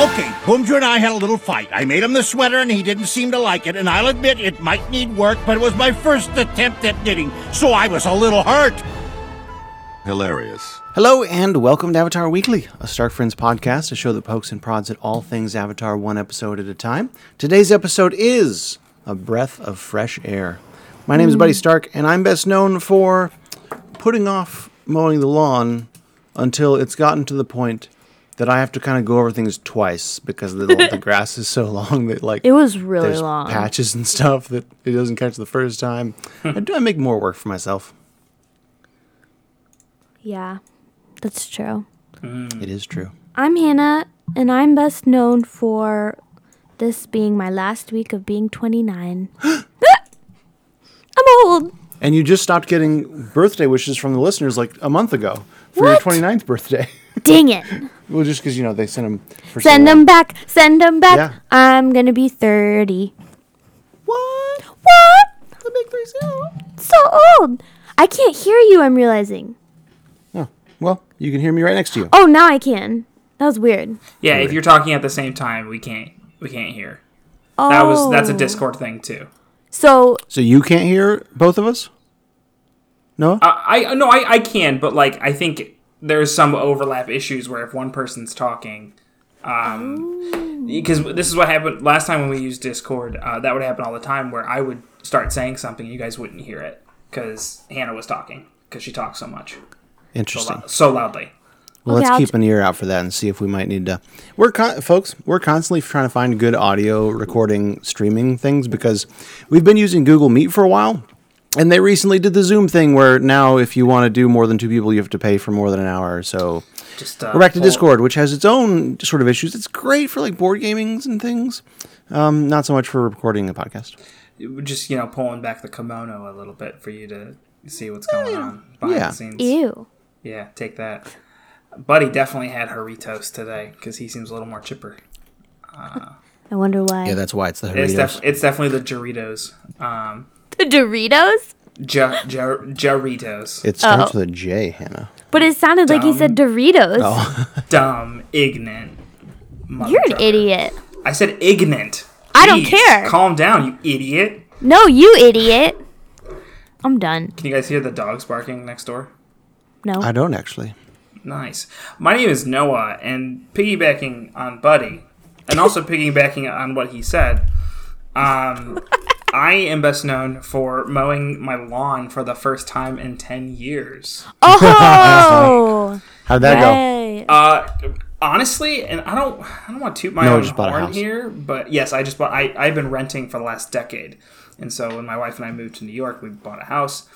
Okay, Boomger and I had a little fight. I made him the sweater and he didn't seem to like it, and I'll admit it might need work, but it was my first attempt at knitting, so I was a little hurt. Hilarious. Hello and welcome to Avatar Weekly, a Stark Friends podcast, a show that pokes and prods at all things Avatar one episode at a time. Today's episode is A Breath of Fresh Air. My name is Hmm. Buddy Stark, and I'm best known for putting off mowing the lawn until it's gotten to the point that I have to kind of go over things twice because the, the grass is so long that like It was really there's long. patches and stuff that it doesn't catch the first time. I do I make more work for myself. Yeah, that's true. Hmm. It is true. I'm Hannah, and I'm best known for this being my last week of being 29. Ah! I'm old. And you just stopped getting birthday wishes from the listeners like a month ago for What? your 29th birthday. Dang it. well, just because, you know, they sent them for so Send long. them back. Send them back. Yeah. I'm going to be 30. What? What? The big three zero. So old. I can't hear you, I'm realizing. Oh, well, you can hear me right next to you. Oh, now I can. That was weird. Yeah, if you're talking at the same time, we can't we can't hear. Oh. That was that's a Discord thing too. So, So you can't hear both of us? No? I I- no, I I can, but like I think there's some overlap issues where if one person's talking, um, because this is what happened last time when we used Discord. Uh, that would happen all the time where I would start saying something, you guys wouldn't hear it because Hannah was talking because she talks so much, so, Interesting. lou- so loudly. Well, Okay, let's I'll keep t- an ear out for that and see if we might need to. We're con- folks. We're constantly trying to find good audio recording, streaming things because we've been using Google Meet for a while, and they recently did the Zoom thing where now if you want to do more than two people, you have to pay for more than an hour. So Just uh, we're back to pull- Discord, which has its own sort of issues. It's great for like board gamings and things. Um, not so much for recording a podcast. Just you know, pulling back the kimono a little bit for you to see what's going on behind Eh, Yeah. the scenes. ew. Yeah, take that. Buddy definitely had Haritos today because he seems a little more chipper. I wonder why. Yeah, that's why it's the It's, def- Doritos. it's definitely the Doritos. Um, the Doritos? ja- ja- Jarritos. It starts Oh. with a J, Hannah. But it sounded like he said Doritos. Oh. Dumb, ignorant. mother You're an trucker. idiot. I said ignorant. I don't Jeez, care. Calm down, you idiot. No, you idiot. I'm done. Can you guys hear the dogs barking next door? No. I don't actually. Nice. My name is Noah, and piggybacking on Buddy, and also piggybacking on what he said, um, I am best known for mowing my lawn for the first time in 10 years. Oh, How'd that go? hey. Uh, honestly, and I don't, I don't want to toot my Noah own just bought a horn house. here, but yes, I just bought. I I've been renting for the last decade, and so when my wife and I moved to New York, we bought a house,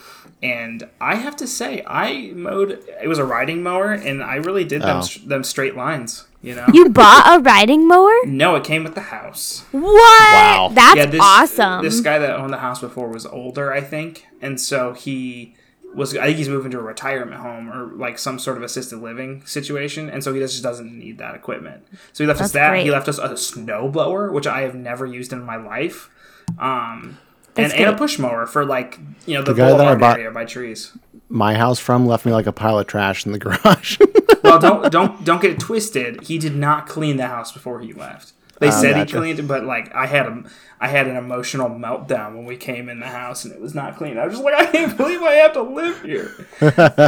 and I have to say, I mowed. It was a riding mower, and I really did Oh. them them them straight lines. You know, you bought a riding mower? no, it came with the house. What? Wow. That's yeah, this, awesome. This guy that owned the house before was older, I think, and so he was. I think he's moving to a retirement home or like some sort of assisted living situation, and so he just doesn't need that equipment. So he left us That's that. He great. left us a snow blower, which I have never used in my life, um, and, That's and a good. push mower for like you know the, The guy that I boulevard bought- area by trees. My house from left me like a pile of trash in the garage. well, don't don't don't get it twisted. He did not clean the house before he left. They said gotcha. he cleaned it, but like I had a I had an emotional meltdown when we came in the house and it was not clean. I was just like, I can't believe I have to live here. That's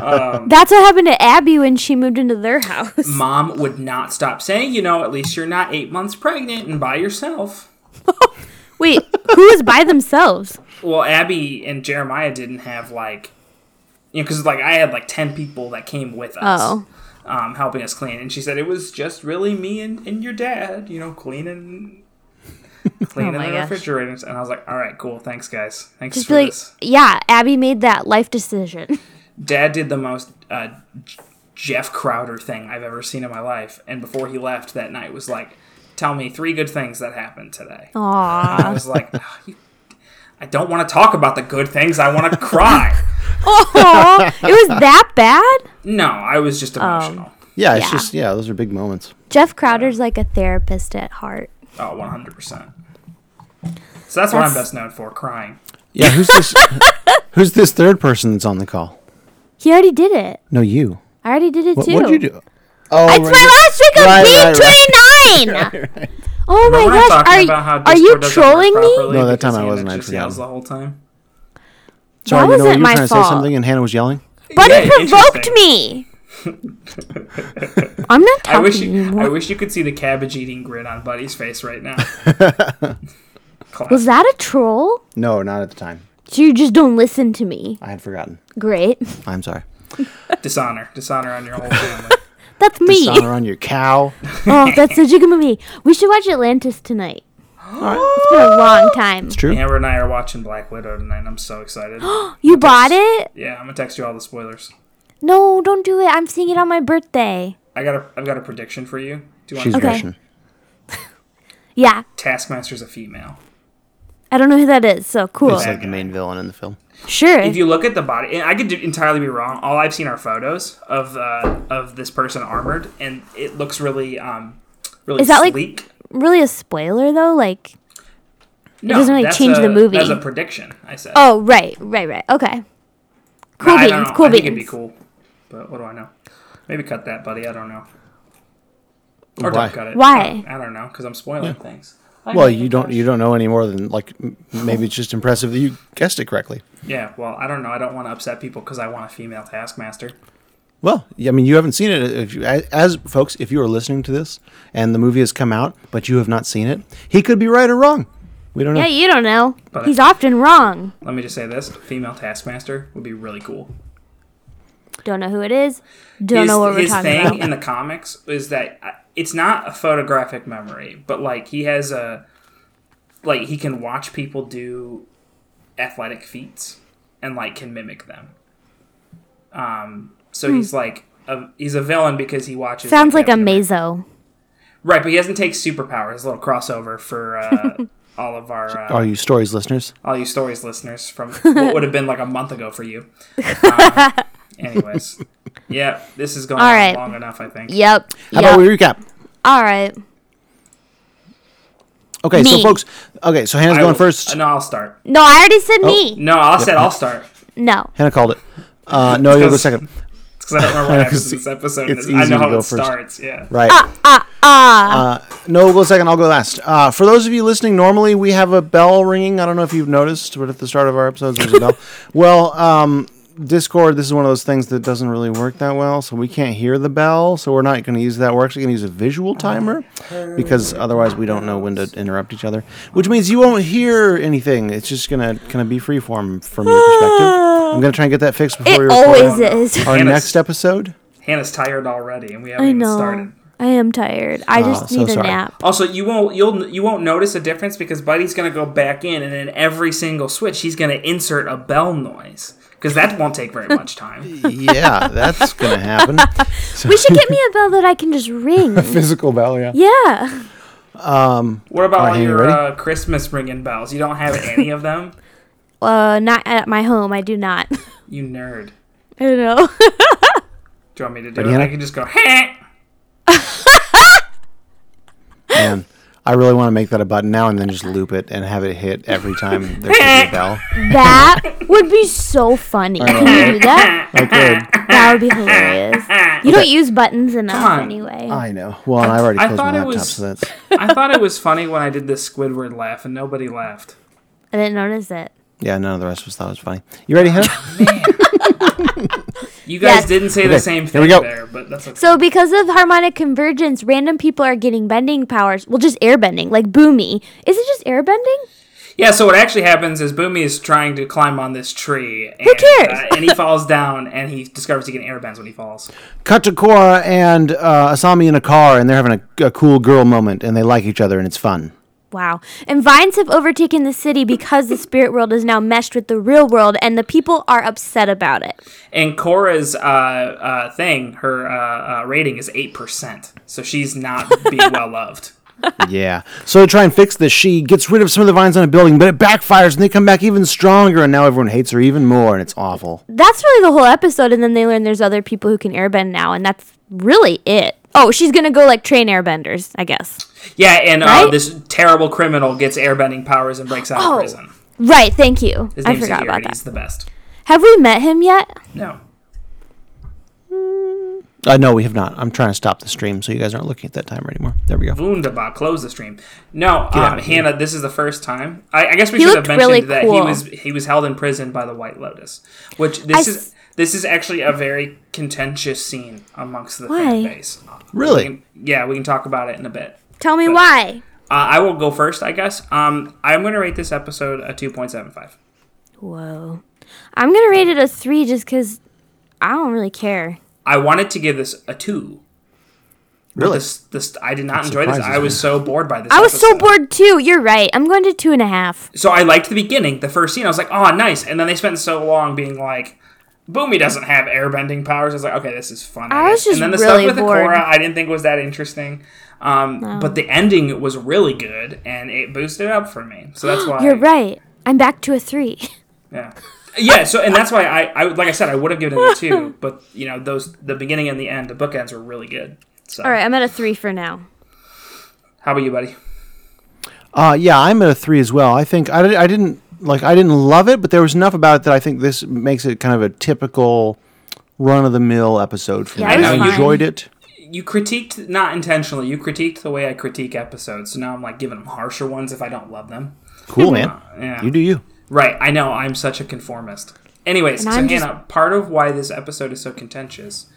what happened to Abby when she moved into their house. Mom would not stop saying, you know, at least you're not eight months pregnant and by yourself. Wait, who was by themselves? Well, Abby and Jeremiah didn't have like, you know, because like I had like ten people that came with us. Oh. um, helping us clean. And she said it was just really me and, and your dad, you know, cleaning, cleaning Oh my the gosh. refrigerators. And I was like, all right, cool. Thanks, guys. Thanks Just for be like, this. yeah, Abby made that life decision. Dad did the most uh, J- Jeff Crowder thing I've ever seen in my life. And before he left that night was like, tell me three good things that happened today. Oh Aw. I was like, "Ah, you, I don't want to talk about the good things. I want to cry. Oh, it was that bad? no, I was just Um, emotional. yeah, it's Yeah. just yeah, those are big moments. Jeff Crowder's like a therapist at heart. Oh, 100%. So that's what I'm That's- best known for, crying. Yeah, who's this? who's this third person that's on the call? He already did it. No, you. I already did it What too. would you do? Oh, It's my last week of Right, being right, right. mine. Oh my We're not gosh, talking are, about how y- are you Discord doesn't work trolling me? properly No, that because time I Hannah wasn't, I Just forgot. yells the whole time. Sorry, you know wasn't what? You were my trying to say fault. something, and Hannah was yelling. But Yeah, it provoked interesting. me. I'm not talking I wish you, anymore. I wish you could see the cabbage eating grin on Buddy's face right now. Was that a troll? No, not at the time. So you just don't listen to me. I had forgotten. Great. I'm sorry. Dishonor, dishonor on your whole family. That's me. Dishonor on your cow. oh, that's such a good movie. We should watch Atlantis tonight. It's been a long time. True. Amber and I are watching Black Widow tonight. and I'm so excited. You bought it? yeah, I'm gonna text you all the spoilers. No, don't do it. I'm seeing it on my birthday. I got a, I've got a prediction for you. Do you want She's to Okay. Russian. Yeah, Taskmaster's a female? I don't know who that is. So cool. It's like the main villain in the film. Sure. If you look at the body, and I could d- entirely be wrong. All I've seen are photos of uh, of this person armored, and it looks really um really Is that like- sleek. really a spoiler though? Like, no, doesn't really that's change a, the movie. That's a prediction. I said. oh right, right, right. Okay. Cool I don't beans. know. Cool I beans. think it'd be cool, but what do I know? Maybe cut that, buddy. I don't know. Or Why? don't cut it. Why? I don't know because I'm spoiling things. Well, you don't you don't know any more than like m- maybe it's just impressive that you guessed it correctly. Yeah. Well, I don't know. I don't want to upset people because I want a female Taskmaster. Well, yeah, I mean, you haven't seen it. If you, as, as folks, if you are listening to this and the movie has come out, but you have not seen it, he could be right or wrong. We don't know. Yeah, you don't know. But- He's often wrong. Let me just say this: female Taskmaster would be really cool. Don't know who it is. Don't know what we're his talking thing about. in the comics is that uh, it's not a photographic memory, but like he has a like he can watch people do athletic feats and like can mimic them. Um, so he's like a, he's a villain because he watches. Hmm. Sounds like a everyone- mazo. Right, but he doesn't take superpowers. A little crossover for uh, all of our uh, Are you stories listeners? all you stories listeners from what would have been like a month ago for you. Um, anyways, yeah, this is going All on right. long enough, I think. Yep. How yep. about we recap? All right. Okay, so Me. folks. Okay, so Hannah's I going will- first. uh, No, I'll start. No, I already said Oh. me. No, I said I'll start No. Hannah called it. Uh, no, you'll go Because- second. because I don't remember what happens It's- in this episode. it's I easy know to how go it first. starts. Yeah. Right. Ah, Uh, no, we'll go second. I'll go last. Uh, for those of you listening, normally we have a bell ringing. I don't know if you've noticed, but at the start of our episodes, there's a bell. well, um, Discord, this is one of those things that doesn't really work that well, so we can't hear the bell, so we're not going to use that. We're actually going to use a visual timer because otherwise we don't know when to interrupt each other, which means you won't hear anything. It's just going to kind of be freeform from your perspective. I'm going to try and get that fixed before we It record always no. is. our Hannah's- next episode. Hannah's tired already, and we haven't I even know. started. I am tired. I just Ah, so need a sorry. nap. Also, you won't you'll you won't notice a difference because Buddy's gonna go back in, and in every single switch, he's gonna insert a bell noise because that won't take very much time. yeah, that's going to happen. We should get me a bell that I can just ring. Physical bell, yeah. yeah. What about all Hannah, you your ready? uh, Christmas ringing bells? You don't have any of them. Uh, not at my home. I do not. You nerd. I don't know. Do you want me to do Hannah? it? I can just go. Heh! Man, I really want to make that a button now and then just loop it and have it hit every time there's a bell. that would be so funny. Can you do that? Okay. That would be hilarious. You don't use buttons enough on. Uh. anyway. I know. Well, and I already I closed thought my it laptop, was- so that's. I thought it was funny when I did this Squidward laugh, and nobody laughed. I didn't notice it. Yeah, none of the rest of us thought it was funny. You ready, Hannah? You guys Yes. didn't say Okay, the same here thing we go. there, but that's okay. So because of harmonic convergence, random people are getting bending powers. Well, just airbending, like Boomy. Is it just airbending? Yeah, so what actually happens is Boomy is trying to climb on this tree. And, cares? uh, and he falls down, and he discovers he can airbends when he falls. Katakura and uh, Asami in a car, and they're having a, a cool girl moment, and they like each other, and it's fun. Wow. And vines have overtaken the city because the spirit world is now meshed with the real world and the people are upset about it. And Cora's uh, uh, thing, her uh, uh, rating is 8%, so she's not being well loved. yeah. So to try and fix this, she gets rid of some of the vines on a building, but it backfires, and they come back even stronger, and now everyone hates her even more, and it's awful. That's really the whole episode and then they learn there's other people who can airbend now and that's really it. Oh, she's going to go like train airbenders, I guess. Yeah, and uh, Right? this terrible criminal gets airbending powers and breaks out Oh, of prison. Right, thank you. His I name's forgot Security. about that. He's the best. Have we met him yet? No. Uh, no, we have not. I'm trying to stop the stream so you guys aren't looking at that timer anymore. There we go. Wunderbar. Close the stream. No, out um, of here. Hannah, this is the first time. I, I guess we He should have looked mentioned really that he cool. was he was held in prison by the White Lotus, which this I is s- this is actually a very contentious scene amongst the fan Why? base. Uh, Really? We can- yeah, we can talk about it in a bit. Tell me why. Uh, I will go first, I guess. Um, I'm going to rate this episode a 2.75. Whoa. I'm going to rate it a three just because I don't really care. I wanted to give this a two. but Really? This, this, I did not enjoy this. surprises I was so bored by this. I was so episode. bored too. You're right. I'm going to two and a half. So I liked the beginning, the first scene. I was like, oh, nice. And then they spent so long being like, Boomy doesn't have airbending powers. I was like, okay, this is fun. I was guess. just and then the really stuff with bored. Korra, I didn't think was that interesting. Um, But the ending was really good, and it boosted up for me. So that's why. You're right. I'm back to a three. Yeah. Yeah, so and that's why I, I like I said I would have given it a two, but you know those the beginning and the end, the bookends were really good. So All right, I'm at a three for now. how about you, buddy? Uh, yeah, I'm at a three as well. I think I, di- I didn't like I didn't love it, but there was enough about it that I think this makes it kind of a typical run of the mill episode for Yeah, me. it was I fine. enjoyed it. You critiqued not intentionally. You critiqued the way I critique episodes, so now I'm like giving them harsher ones if I don't love them. Cool, man. yeah. You do you. Right, I know. I'm such a conformist. Anyways, so And I'm Hannah, just- part of why this episode is so contentious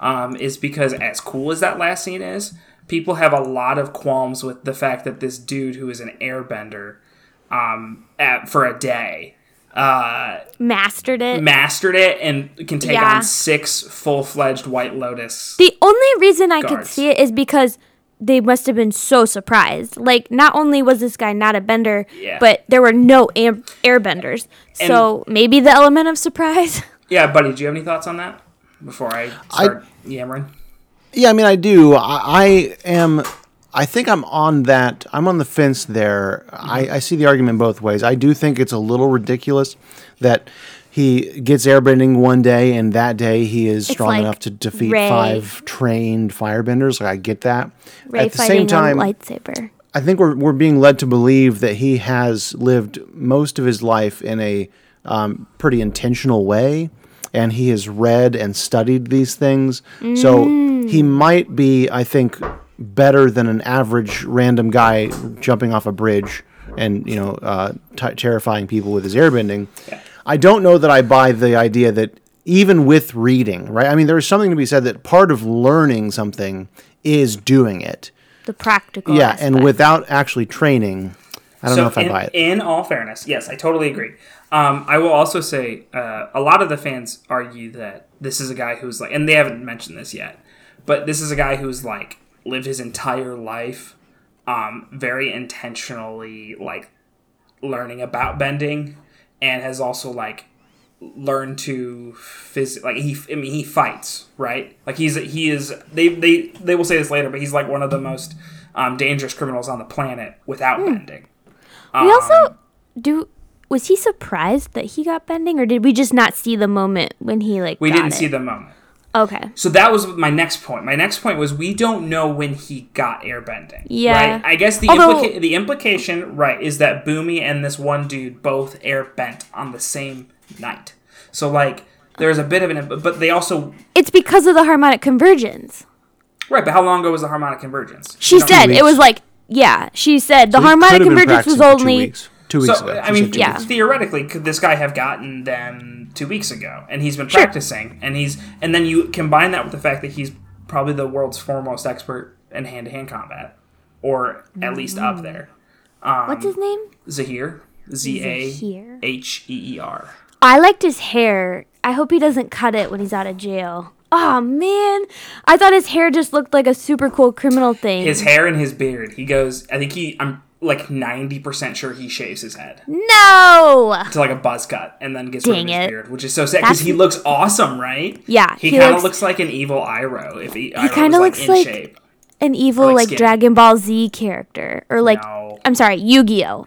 um, is because, as cool as that last scene is, people have a lot of qualms with the fact that this dude who is an airbender um, at, for a day uh, Mastered it. mastered it and can take Yeah. on six full fledged White Lotus. The only reason I could Guards. see it is because they must have been so surprised. Like, not only was this guy not a bender, Yeah. but there were no am- airbenders. so maybe the element of surprise. Yeah, buddy, do you have any thoughts on that before I start yammering? Yeah, I mean, I do. I, I am. I think I'm on that. I'm on the fence there. I, I see the argument both ways. I do think it's a little ridiculous that he gets airbending one day and that day he is strong like enough to defeat Rey. five trained firebenders. Like I get that. Ray At the fighting same time, a lightsaber. I think we're we're being led to believe that he has lived most of his life in a um, pretty intentional way, and he has read and studied these things. So he might be, I think, better than an average random guy jumping off a bridge and you know uh, t- terrifying people with his airbending. I don't know that I buy the idea that even with reading, right? I mean, there is something to be said that part of learning something is doing it. The practical. Yeah, and aspect. without actually training, I don't know if in, I buy it. in all fairness, yes, I totally agree. Um, I will also say uh, a lot of the fans argue that this is a guy who's like, and they haven't mentioned this yet, but this is a guy who's like lived his entire life um, very intentionally, like learning about bending, and has also like learn to phys- like he I mean he fights right like he's he is they they they will say this later but he's like one of the most um, dangerous criminals on the planet Hmm. without bending we also do. Was he surprised that he got bending, or did we just not see the moment when he like? We got didn't it? see the moment. Okay. So that was my next point. My next point was we don't know when he got airbending. Yeah. Right? I guess the Although- implica- the implication, right, is that Boomy and this one dude both airbent on the same night. So like there's a bit of an but they also It's because of the harmonic convergence. right, but how long ago was the harmonic convergence? She You don't- said it was like yeah. She said the harmonic convergence was two only weeks, two weeks so, ago. I mean, Yeah. theoretically, could this guy have gotten them two weeks ago? And he's been practicing, and he's and then you combine that with the fact that he's probably the world's foremost expert in hand-to-hand combat, or at least Mm. up there. what's his name? Zahir, Z Zahir. A H E E R. I liked his hair. I hope he doesn't cut it when he's out of jail. Oh man, I thought his hair just looked like a super cool criminal thing. His hair and his beard. He goes. I think he. I'm like ninety percent sure he shaves his head no. to like a buzz cut, and then gets rid of Dang his it. beard, which is so sad because That's- he looks awesome, right? Yeah, He, he kind of looks- looks like an evil Iroh. If he, Iroh kinda was, looks like in like- shape. An evil like like, skinny. Dragon Ball Z character or like No. I'm sorry, Yu-Gi-Oh.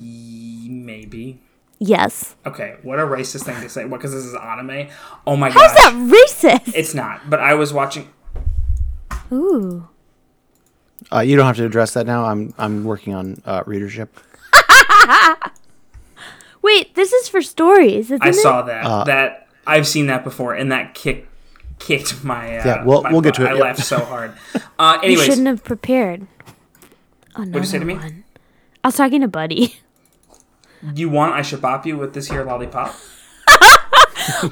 e, Maybe. Yes. Okay, what a racist thing to say. What? Because this is anime. Oh my How's gosh. that racist? It's not. But I was watching. Ooh. uh, you don't have to address that now. I'm I'm working on uh, readership. Wait, this is for stories, isn't I it? Uh, saw that. that I've seen that before, and that kick kicked my. Uh, Yeah, we'll- my we'll get butt. to it, I yeah. laughed so hard. Uh, You anyways, shouldn't have prepared. Another you say to me? one. I was talking to Buddy. you want I should bop you with this here lollipop?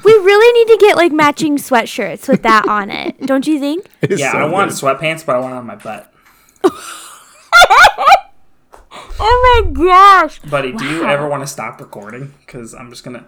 we really need to get like matching sweatshirts with that on it, don't you think? It's Yeah, so I want good. sweatpants, but I want it on my butt. Oh my gosh! Buddy, do you ever want to stop recording? Because I'm just gonna.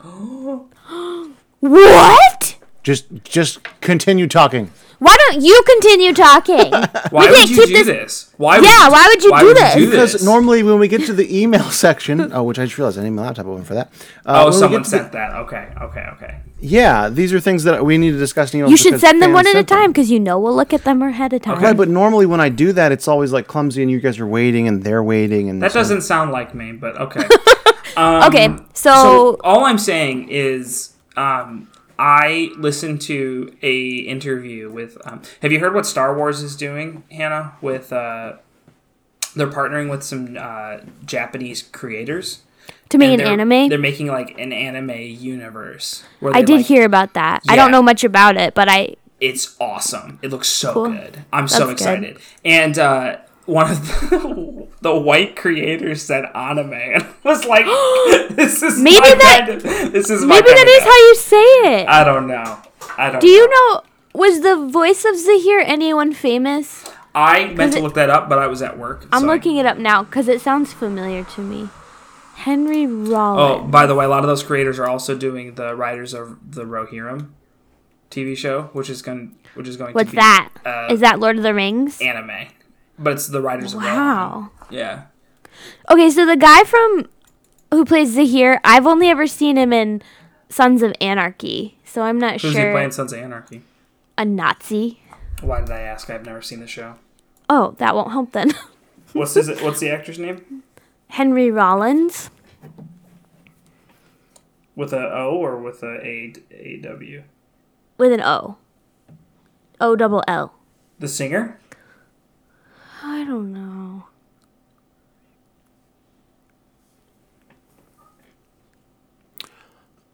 What? Just just continue talking. Why don't you continue talking? Why can't would you keep do this- this? Why? Yeah, why would you do this? Because normally when we get to the email section, oh, which I just realized I need my laptop open for that. Uh, oh, when we someone get to the- sent that. Okay, okay, okay. yeah, these are things that we need to discuss in emails. you should because send them fans one at a sent them. time because you know we'll look at them ahead of time. Okay. Right, but normally when I do that, it's always like clumsy, and you guys are waiting, and they're waiting, and That doesn't sound like me, but okay. okay, um, so so, all I'm saying is, um, I listened to a interview with. Um, have you heard what Star Wars is doing, Hannah? With uh, they're partnering with some uh, Japanese creators. to make an and they're- anime. They're making like an anime universe. where I they, did like, hear about that. I Yeah. don't know much about it, but I it's awesome. It looks so Cool. good. I'm so That's excited. And uh, one of the, the white creators said anime, and I was like, "This is Maybe my that- kind of- this is my maybe kind that of is guy. how you say it. I don't know. I don't. Do you know? know? Was the voice of Zahir anyone famous? I meant to it- look that up, but I was at work. I'm so I- looking it up now because it sounds familiar to me. Henry Oh, Rollins. by the way, a lot of those creators are also doing the Riders of the Rohirrim TV show, which is going which is going What's to be that? Is uh, that Lord of the Rings? anime, but it's the Riders of Wow. Rohirrim. Yeah. Okay, so the guy from who plays Zahir, I've only ever seen him in Sons of Anarchy, so I'm not Who's he sure. playing? Sons of Anarchy. A Nazi. Why did I ask? I've never seen the show. Oh, that won't help then. What's his, What's the actor's name? Henry Rollins. With a O or with a A A W? with an O. O double L. The singer? I don't know.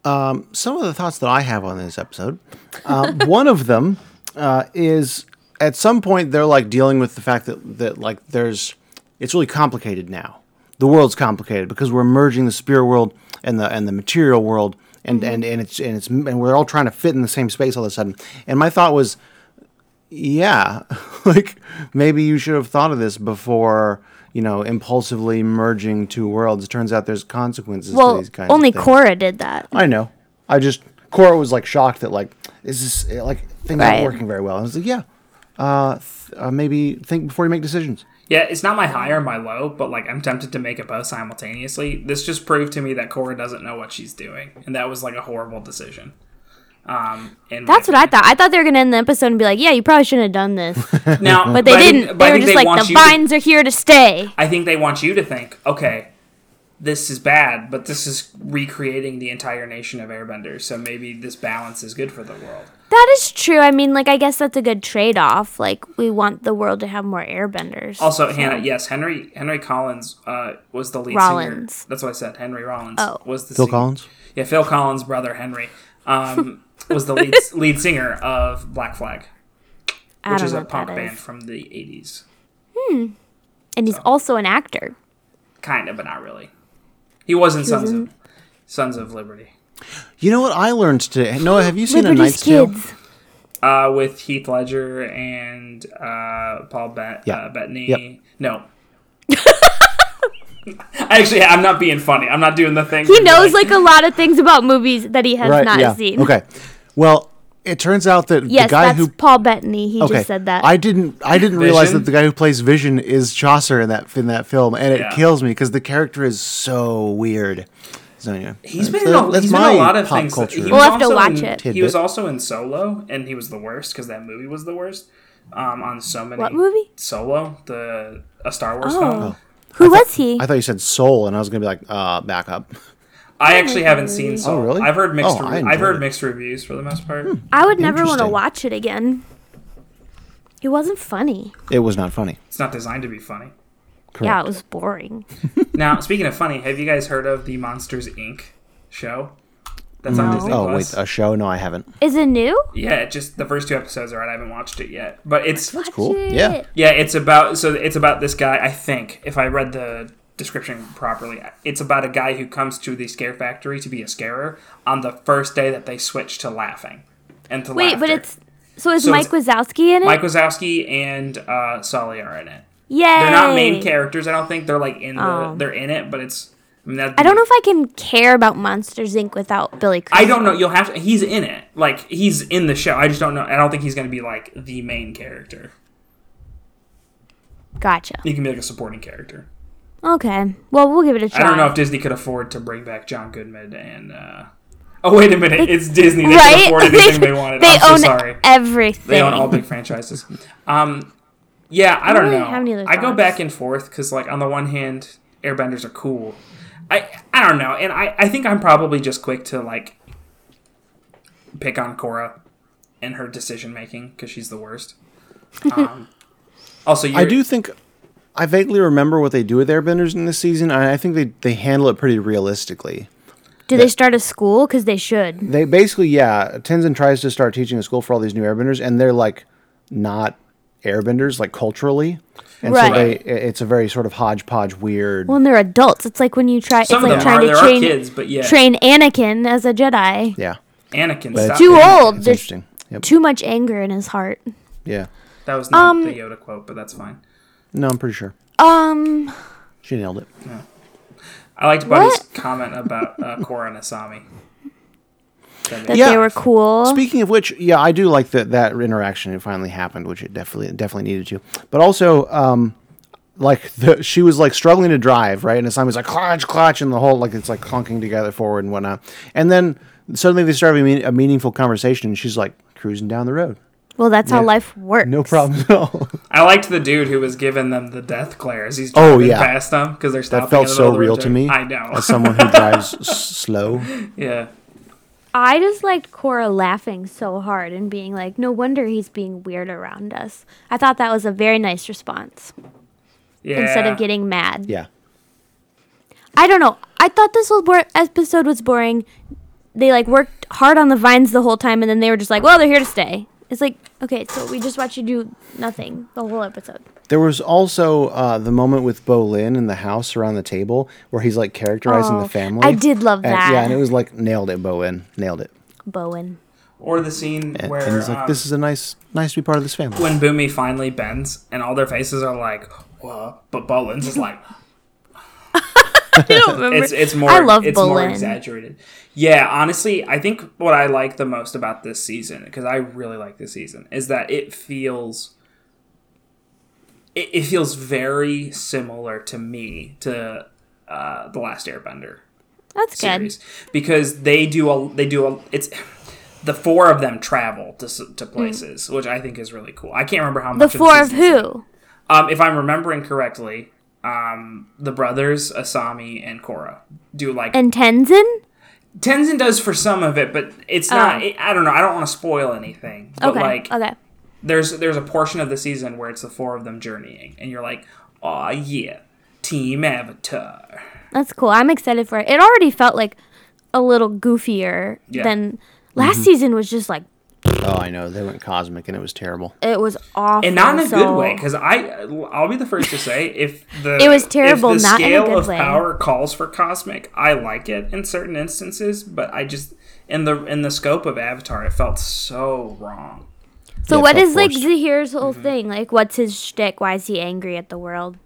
some of the thoughts that I have on this episode. Uh, one of them uh, is at some point they're like dealing with the fact that that like there's it's really complicated now. The world's complicated because we're merging the spirit world and the and the material world, and Mm-hmm. and and it's and it's and we're all trying to fit in the same space all of a sudden. And my thought was, yeah, like maybe you should have thought of this before. You know, impulsively merging two worlds. It turns out there's consequences to Well, these kinds only of things. Cora did that. I know. I just Cora was like shocked that like is this eh, like things Right. aren't working very well. I was like, yeah, uh, th- uh, maybe think before you make decisions. Yeah, it's not my high or my low, but like I'm tempted to make it both simultaneously. This just proved to me that Cora doesn't know what she's doing, and that was like a horrible decision. Um, and That's what I thought. I thought they were gonna end the episode and be like, "Yeah, you probably shouldn't have done this," I, now, but they I think- didn't. but I they were think just like, want "The you to- vines are here to stay." I think they want you to think, okay, this is bad, but this is recreating the entire nation of Airbenders, so maybe this balance is good for the world. That is true. I mean, like, I guess that's a good trade-off. Like, we want the world to have more Airbenders. Also, Hannah, yes, Henry Henry Collins uh, was the lead Rollins. singer. That's what I said. Henry Rollins Oh. was the Phil singer. Collins. Yeah, Phil Collins' brother Henry um, was the lead lead singer of Black Flag, I which don't is know a what punk that band is. from the '80s, and he's also an actor. kind of, but not really. He was in Sons of Sons of Liberty You know what I learned today? Noah, have you seen A Liberty's Knight's Tale? kids. uh, with Heath Ledger and uh, Paul Bet- Yeah. uh, Bettany. Yep. No. Actually, I'm not being funny. I'm not doing the thing. He knows like a lot of things about movies that he has not yeah. seen. Okay. Well, it turns out that the Yes, guy that's who Paul Bettany. He okay just said that. I didn't I didn't realize Vision? that the guy who plays Vision is Chaucer in that in that film, and it Yeah. kills me because the character is so weird. So anyway, He's been, so in a, that's he's been in my a lot of pop things. Culture. He We'll was have to also watch in- it. He was Tidbit. also in Solo, and he was the worst because that movie was the worst. Um, on so many. What movie? Solo, the a Star Wars Oh. film. Who was he? I thought you said Soul, and I was gonna be like, uh, back up. I actually haven't seen Solo. Oh, really? I've heard mixed. Oh, I re- I've enjoyed heard it. Hmm. mixed reviews for the most part. I would never want to Interesting. watch it again. It wasn't funny. It was not funny. It's not designed to be funny. Yeah, it was boring. Now, speaking of funny, have you guys heard of the Monsters Inc. show? That's on Disney Oh Plus. wait, a show? No, I haven't. Is it new? yeah, just the first two episodes are out. I haven't watched it yet, but it's Watch cool. it. Yeah. yeah, it's about so it's about this guy. I think if I read the description properly, it's about a guy who comes to the scare factory to be a scarer on the first day that they switch to laughing and to Wait, but laughter. it's so is So Mike it's- Wazowski in it? Mike Wazowski and uh, Sully are in it. Yay! They're not main characters. I don't think they're like in the Oh. they're in it, but it's. I, mean, that'd I don't be- know if I can care about Monsters Inc. without Billy. I Crystal. don't know. You'll have to. He's in it. Like he's in the show. I just don't know. I don't think he's going to be like the main character. Gotcha. He can be like a supporting character. Okay. Well, we'll give it a try. I don't know if Disney could afford to bring back John Goodman and. uh Oh wait a minute! It's Disney. They right? can afford anything they wanted. they I'm so own sorry. everything. They own all big franchises. Um, yeah, I don't really know. have any other I go thoughts. back and forth because, like, on the one hand, Airbenders are cool. I I don't know, and I I think I'm probably just quick to like pick on Cora and her decision making because she's the worst. Um, also, you're, I do think I vaguely remember what they do with Airbenders in this season. and I think they they handle it pretty realistically. Do they start a school? Because they should. They basically, yeah, Tenzin tries to start teaching a school for all these new Airbenders, and they're like not Airbenders, like culturally, and so they Right. i- it's a very sort of hodgepodge, weird. When they're adults, it's like when you try. Some it's like of them are. trying There to are train kids, but yeah, train Anakin as a Jedi. yeah, Anakin. Stop Too it. old. it's There's interesting. Yep. too much anger in his heart. Yeah. That was not Um, the Yoda quote, but that's fine. No, I'm pretty sure Um. she nailed it. I liked Buddy's what? comment about uh, Cora and Asami. That That made- Yeah. they were cool. Speaking of which, yeah, I do like that that interaction. It finally happened, which it definitely definitely needed to. But also, um, like the, she was like struggling to drive, right? And Asami was like clutch, clutch, and the whole like it's like clunking together forward and whatnot. And then suddenly they start having a mean- a meaningful conversation, and she's like cruising down the road, well, that's how life works. no problem at all. I liked the dude who was giving them the death glare as he's Oh, driving yeah. past them because they're stopping. that felt in the so middle of the real road to me. I know. as someone who drives s- slow. yeah, I just liked Cora laughing so hard and being like, "No wonder he's being weird around us." I thought that was a very nice response yeah. instead of getting mad. Yeah, I don't know. I thought this whole bor- episode was boring. They like worked hard on the vines the whole time, and then they were just like, "Well, they're here to stay." It's like, okay, so we just watched you do nothing the whole episode. There was also uh, the moment with Bolin in the house around the table where he's like characterizing Oh, the family. I did love And- that. yeah, and it was like nailed it, Bolin, nailed it. Bowen. or the scene And, where and he's um, like, "This is a nice, nice to be part of this family." when Boomy finally bends and all their faces are like, "Whoa," but Bolin's is like, I don't remember. it's it's more I love it's more Bolin. exaggerated. Yeah, honestly, I think what I like the most about this season because I really like this season is that it feels it, it feels very similar to me to uh, the last Airbender That's good. series because they do a they do a it's the four of them travel to s- to places which I think is really cool. I can't remember how Mm. The much four of season is who? um, if I'm remembering correctly, um, the brothers Asami and Korra do like And Tenzin? Tenzin does for some of it, but it's not. It, I don't know. I don't want to spoil anything. But Oh. Okay. like, okay. there's there's a portion of the season where it's the four of them journeying, and you're like, oh yeah, Team Avatar. That's cool. I'm excited for it. It already felt like a little goofier Yeah. than last season was just like oh, I know they went cosmic and it was terrible. it was awful. and not in a good so- way because i i'll be the first to say if the It was if terrible, the not in a scale good of way. power calls for cosmic i like it in certain instances but i just in the in the scope of avatar it felt so wrong So Yeah, it what felt is like forced. Zahir's whole Mm-hmm. thing? Like, what's his shtick? Why is he angry at the world?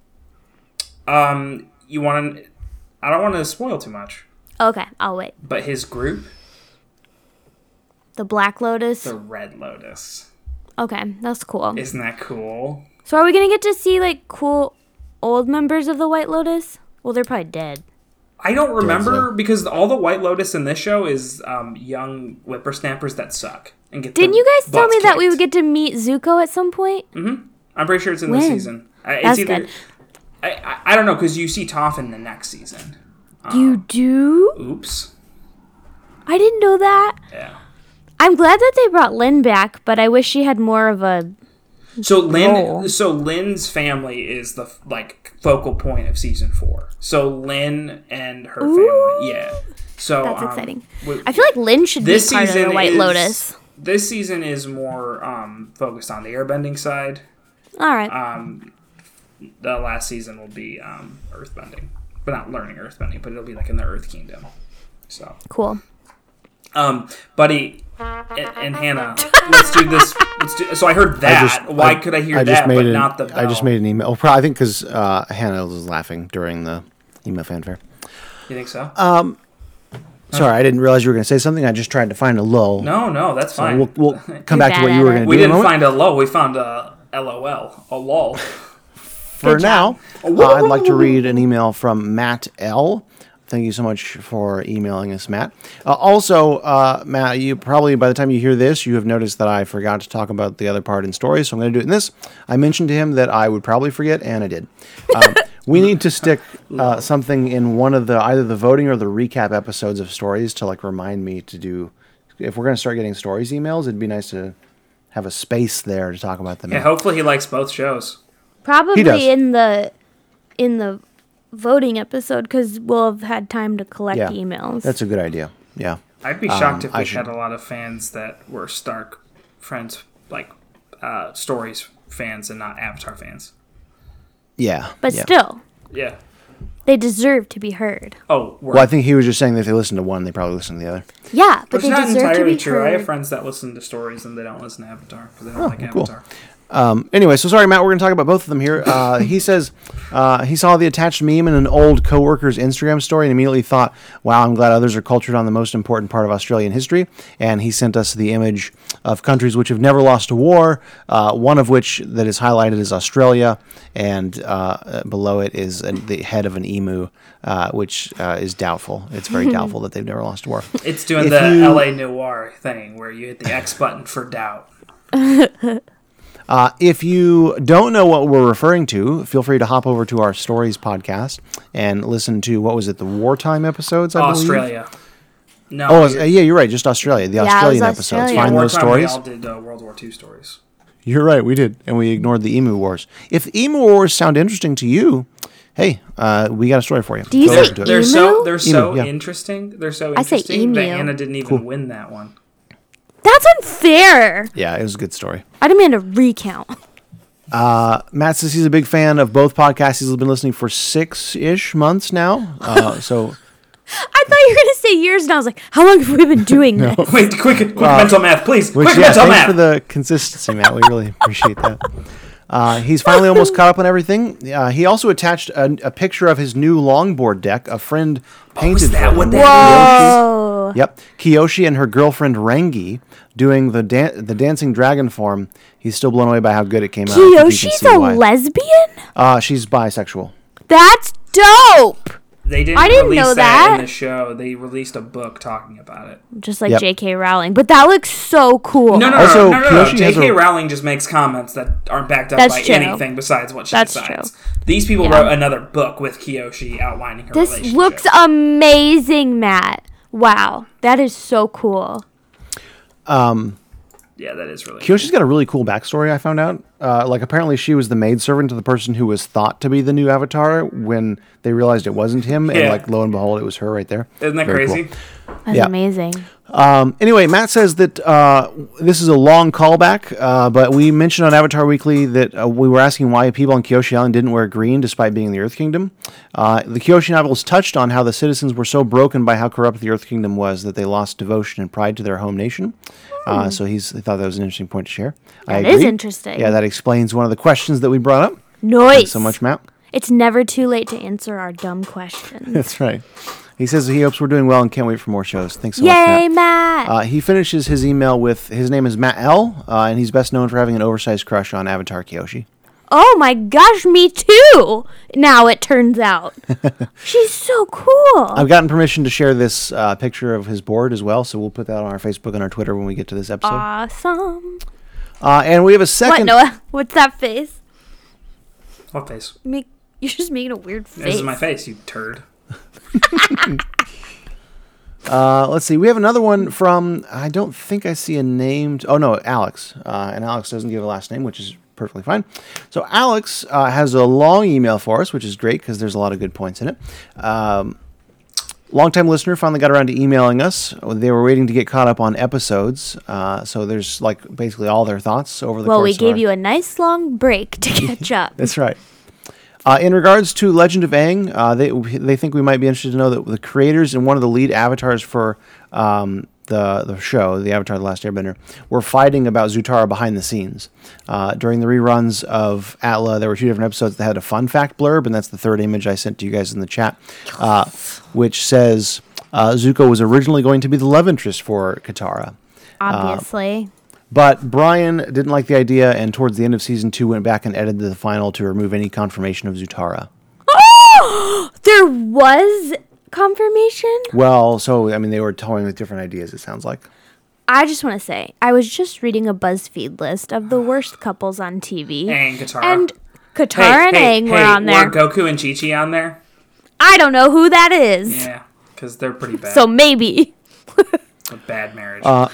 um you want to i don't want to spoil too much Okay, I'll wait. but his group The Black Lotus. the red lotus Okay, that's cool. isn't that cool So are we gonna get to see like cool old members of the White Lotus? Well, they're probably dead. I don't remember because all the White Lotus in this show is um, young whippersnappers that suck and get. Didn't their you guys tell butts me that we kicked. would get to meet Zuko at some point? I'm pretty sure it's in When? this season. I, it's That's either, good. I, I, I don't know because you see Toph in the next season. Uh-huh. You do? Oops. I didn't know that. Yeah. I'm glad that they brought Lynn back, but I wish she had more of a So Lynn, Roll. so Lynn's family is the like focal point of season four. So Lynn and her family, yeah, So That's um, exciting. we- I feel like Lynn should be this part of season the White is, Lotus. This season is more um, focused on the airbending side. All right. Ah. The last season will be um, earthbending, but not learning earthbending, but it'll be like in the Earth Kingdom. So, cool. um, Buddy and, and Hannah, let's do this. Let's do. So I heard that. Why could I hear I that, just made but an, not the? Bell? I just made an email. Well, probably, I think because uh, Hannah was laughing during the email fanfare. You think so? Uh, Sorry, I didn't realize you were going to say something. I just tried to find a lull. no, no, that's fine. We'll, we'll come back to what you were going to do we in a didn't moment. find a low. We found a lol. A lol. for now, uh, I'd like to read an email from Matt L. Thank you so much for emailing us, Matt. Uh, also, uh, Matt, you probably by the time you hear this, you have noticed that I forgot to talk about the other part in story, so I'm going to do it in this. I mentioned to him that I would probably forget, and I did. Um, we need to stick uh, something in one of the either the voting or the recap episodes of stories to like remind me to do. If we're going to start getting stories emails, it'd be nice to have a space there to talk about them. Yeah, hopefully he likes both shows. does. Probably in the in the voting episode because we'll have had time to collect Yeah, emails. That's a good idea. Yeah. I'd be shocked if Um, I we should- had a lot of fans that were Stark friends, like uh, stories fans, and not Avatar fans. Yeah. but yeah. still, Yeah. they deserve to be heard. Oh, we're, Well, I think he was just saying that if they listen to one, they probably listen to the other. Yeah, but which they is not deserve to entirely be true. I have heard. friends that listen to stories and they don't listen to Avatar because they don't like Oh, cool. Avatar. Anyway, so sorry, Matt. We're going to talk about both of them here. Uh, he says uh, he saw the attached meme in an old coworker's Instagram story and immediately thought, "Wow, I'm glad others are cultured on the most important part of Australian history." And he sent us the image of countries which have never lost a war. Uh, one of which that is highlighted is Australia, and uh, uh, below it is uh, the head of an emu, uh, which uh, is doubtful. It's very doubtful that they've never lost a war. It's doing If the you- LA Noir thing where you hit the X button for doubt. Uh, if you don't know what we're referring to, feel free to hop over to our stories podcast and listen to what was it, the wartime episodes? I believe? Australia. No. Oh, uh, yeah, you're right. Just Australia, the it was Australian episodes. Australia. Find War those time, stories. We all did uh, World War II stories. You're right. We did, and we ignored the emu wars. If the emu wars sound interesting to you, hey, uh, we got a story for you. Do you say to it. They're so Emu? they're so yeah. interesting. They're so say interesting that emu. Anna didn't even win that one. That's unfair. Yeah, it was a good story. I demand a recount. Matt says he's a big fan of both podcasts. He's been listening for six ish months now. Uh, so. I thought you were gonna say years, and I was like, how long have we been doing this? Wait, quick, quick mental math, please. Which, quick yeah, mental thanks math. for the consistency, Matt. We really appreciate that. Uh, he's finally almost caught up on everything. Uh, he also attached a, a picture of his new longboard deck. A friend painted was Oh, that for what him. that Whoa. Oh, Yep, Kiyoshi and her girlfriend Rangi doing the dan- the dancing dragon form. He's still blown away by how good it came out. I think you can Kiyoshi's see a why. lesbian. uh, she's bisexual. That's dope. They didn't, I didn't release know that in that. the show. They released a book talking about it. Just like Yep. J.K. Rowling, but that looks so cool. No, no, Also, no, no, no, no. Kyoshi has J.K. a- Rowling just makes comments that aren't backed up That's by true. anything besides what she That's decides. true. These people Yeah. wrote another book with Kiyoshi outlining her This relationship. looks amazing, Matt. Wow, that is so cool. yeah, that is really. Kiyoshi's got a really cool backstory. I found out. Uh, like apparently she was the maidservant to the person who was thought to be the new Avatar when they realized it wasn't him, and Yeah. like lo and behold, it was her right there. Isn't that Very cool. crazy? That's Yeah. amazing. Anyway, Matt says that uh, this is a long callback, uh, but we mentioned on Avatar Weekly that uh, we were asking why people on Kyoshi Island didn't wear green despite being in the Earth Kingdom. Uh, the Kyoshi novels touched on how the citizens were so broken by how corrupt the Earth Kingdom was that they lost devotion and pride to their home nation. Uh, so he's, he thought that was an interesting point to share. I Hmm. That is agree. interesting. Yeah, that explains one of the questions that we brought up. Noise. Thanks so much, Matt. It's never too late to answer our dumb questions. That's right. He says he hopes we're doing well and can't wait for more shows. Thanks so much, Matt. Yay, Matt! Uh, he finishes his email with his name is Matt L, uh, and he's best known for having an oversized crush on Avatar Kyoshi. oh my gosh, me too. Now it turns out she's so cool. I've gotten permission to share this uh, picture of his board as well, so we'll put that on our Facebook and our Twitter when we get to this episode. awesome. Uh, and we have a What, second. Noah? What's that face? What face? Make you're just making a weird face. This is my face, you turd. uh, let's see. We have another one from. I don't think I see a named. Oh no, Alex. Uh, and Alex doesn't give a last name, which is perfectly fine. So Alex uh, has a long email for us, which is great because there's a lot of good points in it. Um, Longtime listener finally got around to emailing us. They were waiting to get caught up on episodes, uh, so there's like basically all their thoughts over the. Well, course we of gave our- you a nice long break to catch up. That's right. Uh, in regards to Legend of Aang, uh, they they think we might be interested to know that the creators and one of the lead avatars for um, the the show, the Avatar: The Last Airbender, were fighting about Zutara behind the scenes uh, during the reruns of Atla. There were two different episodes that had a fun fact blurb, and that's the third image I sent to you guys in the chat, uh, which says uh, Zuko was originally going to be the love interest for Katara. Uh, Obviously, But Brian didn't like the idea, and towards the end of season two, went back and edited the final to remove any confirmation of Zutara. there was confirmation. Well, so I mean, they were toying with different ideas. It sounds like. I just want to say, I was just reading a BuzzFeed list of the worst couples on TV, And Katara. and Hey, Katara and hey, Aang hey, were on there. Goku and Chi Chi on there? I don't know who that is, Yeah, because they're pretty bad. so maybe. a bad marriage. Uh,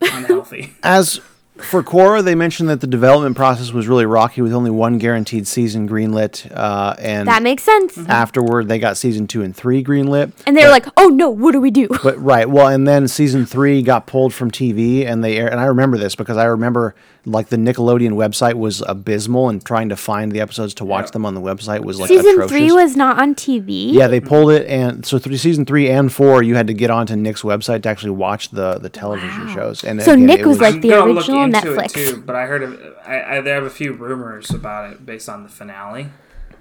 Unhealthy. As for Korra, they mentioned that the development process was really rocky, with only one guaranteed season greenlit, uh, and That makes sense. Mm-hmm. afterward they got season two and three greenlit. And they were like, "Oh no, what do we do?" But right, well, and then season three got pulled from TV, and they air- and I remember this because I remember like the Nickelodeon website was abysmal, and trying to find the episodes to watch them on the website was like Season atrocious. three was not on TV. yeah, they pulled it, and so three season three and four, you had to get onto Nick's website to actually watch the the television shows. And So again, Nick it was like- I'm the gonna original look into Netflix. It too, but I heard of, I, I, there have a few rumors about it based on the finale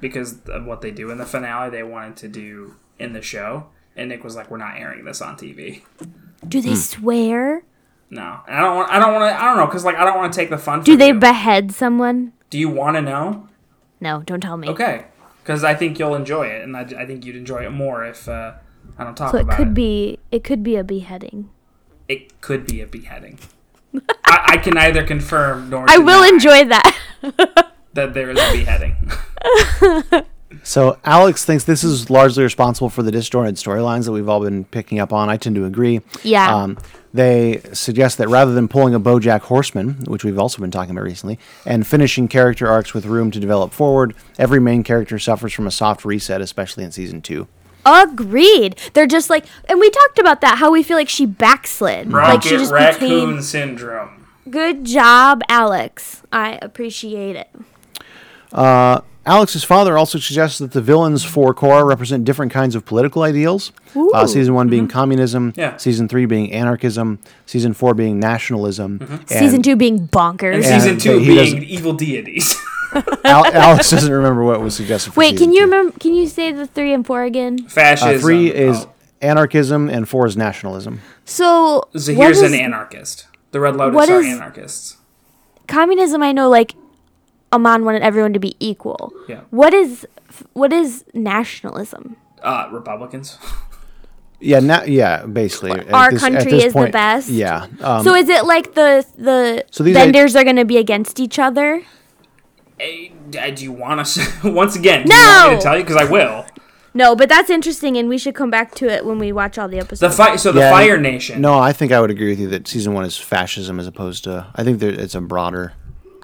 because of what they do in the finale. They wanted to do in the show, and Nick was like, "We're not airing this on TV." Do Hmm. they swear? No, And I don't. Want, I don't want to. I don't know because like I don't want to take the fun. Do from they you. behead someone? do you want to know? No, don't tell me. Okay, because I think you'll enjoy it, and I, I think you'd enjoy it more if uh, I don't talk So it about could it. be it could be a beheading. it could be a beheading. I, I can neither confirm nor I will deny enjoy that. that there is a beheading. So Alex thinks this is largely responsible for the disjointed storylines that we've all been picking up on. I tend to agree. Um, Yeah. they suggest that rather than pulling a BoJack Horseman, which we've also been talking about recently, and finishing character arcs with room to develop forward, every main character suffers from a soft reset, especially in season two. Agreed. They're just like, and we talked about that how we feel like she backslid, like she Rocket just Raccoon became. Syndrome. Good job, Alex. I appreciate it. Alex's father also suggests that the villains for Korra represent different kinds of political ideals. Uh, season one Mm-hmm. being communism, Yeah. season three being anarchism, season four being nationalism, Mm-hmm. and- Season two being bonkers. And season And two he Uh, being doesn't- evil deities. Al- Alex doesn't remember what was suggested. For Wait, season can you two. remember? Can you say the three and four again? Fascism. Uh, three is Oh. anarchism, and four is nationalism. So, So what here's is an anarchist. The Red Lotus what are is- anarchists. communism? I know, like Aman wanted everyone to be equal. Yeah. What is what is nationalism? Uh, Republicans. Yeah, na- yeah, basically. at Our this- at country this is the point- best. Yeah. Um, so is it like the the So these vendors are going to be against each other? Eh, d- do you want us once again? Do you want me No! to tell you because I will. No, but that's interesting, and we should come back to it when we watch all the episodes. The fi- So the yeah, Fire Nation. No, I think I would agree with you that season one is fascism as opposed to. I think there, it's a broader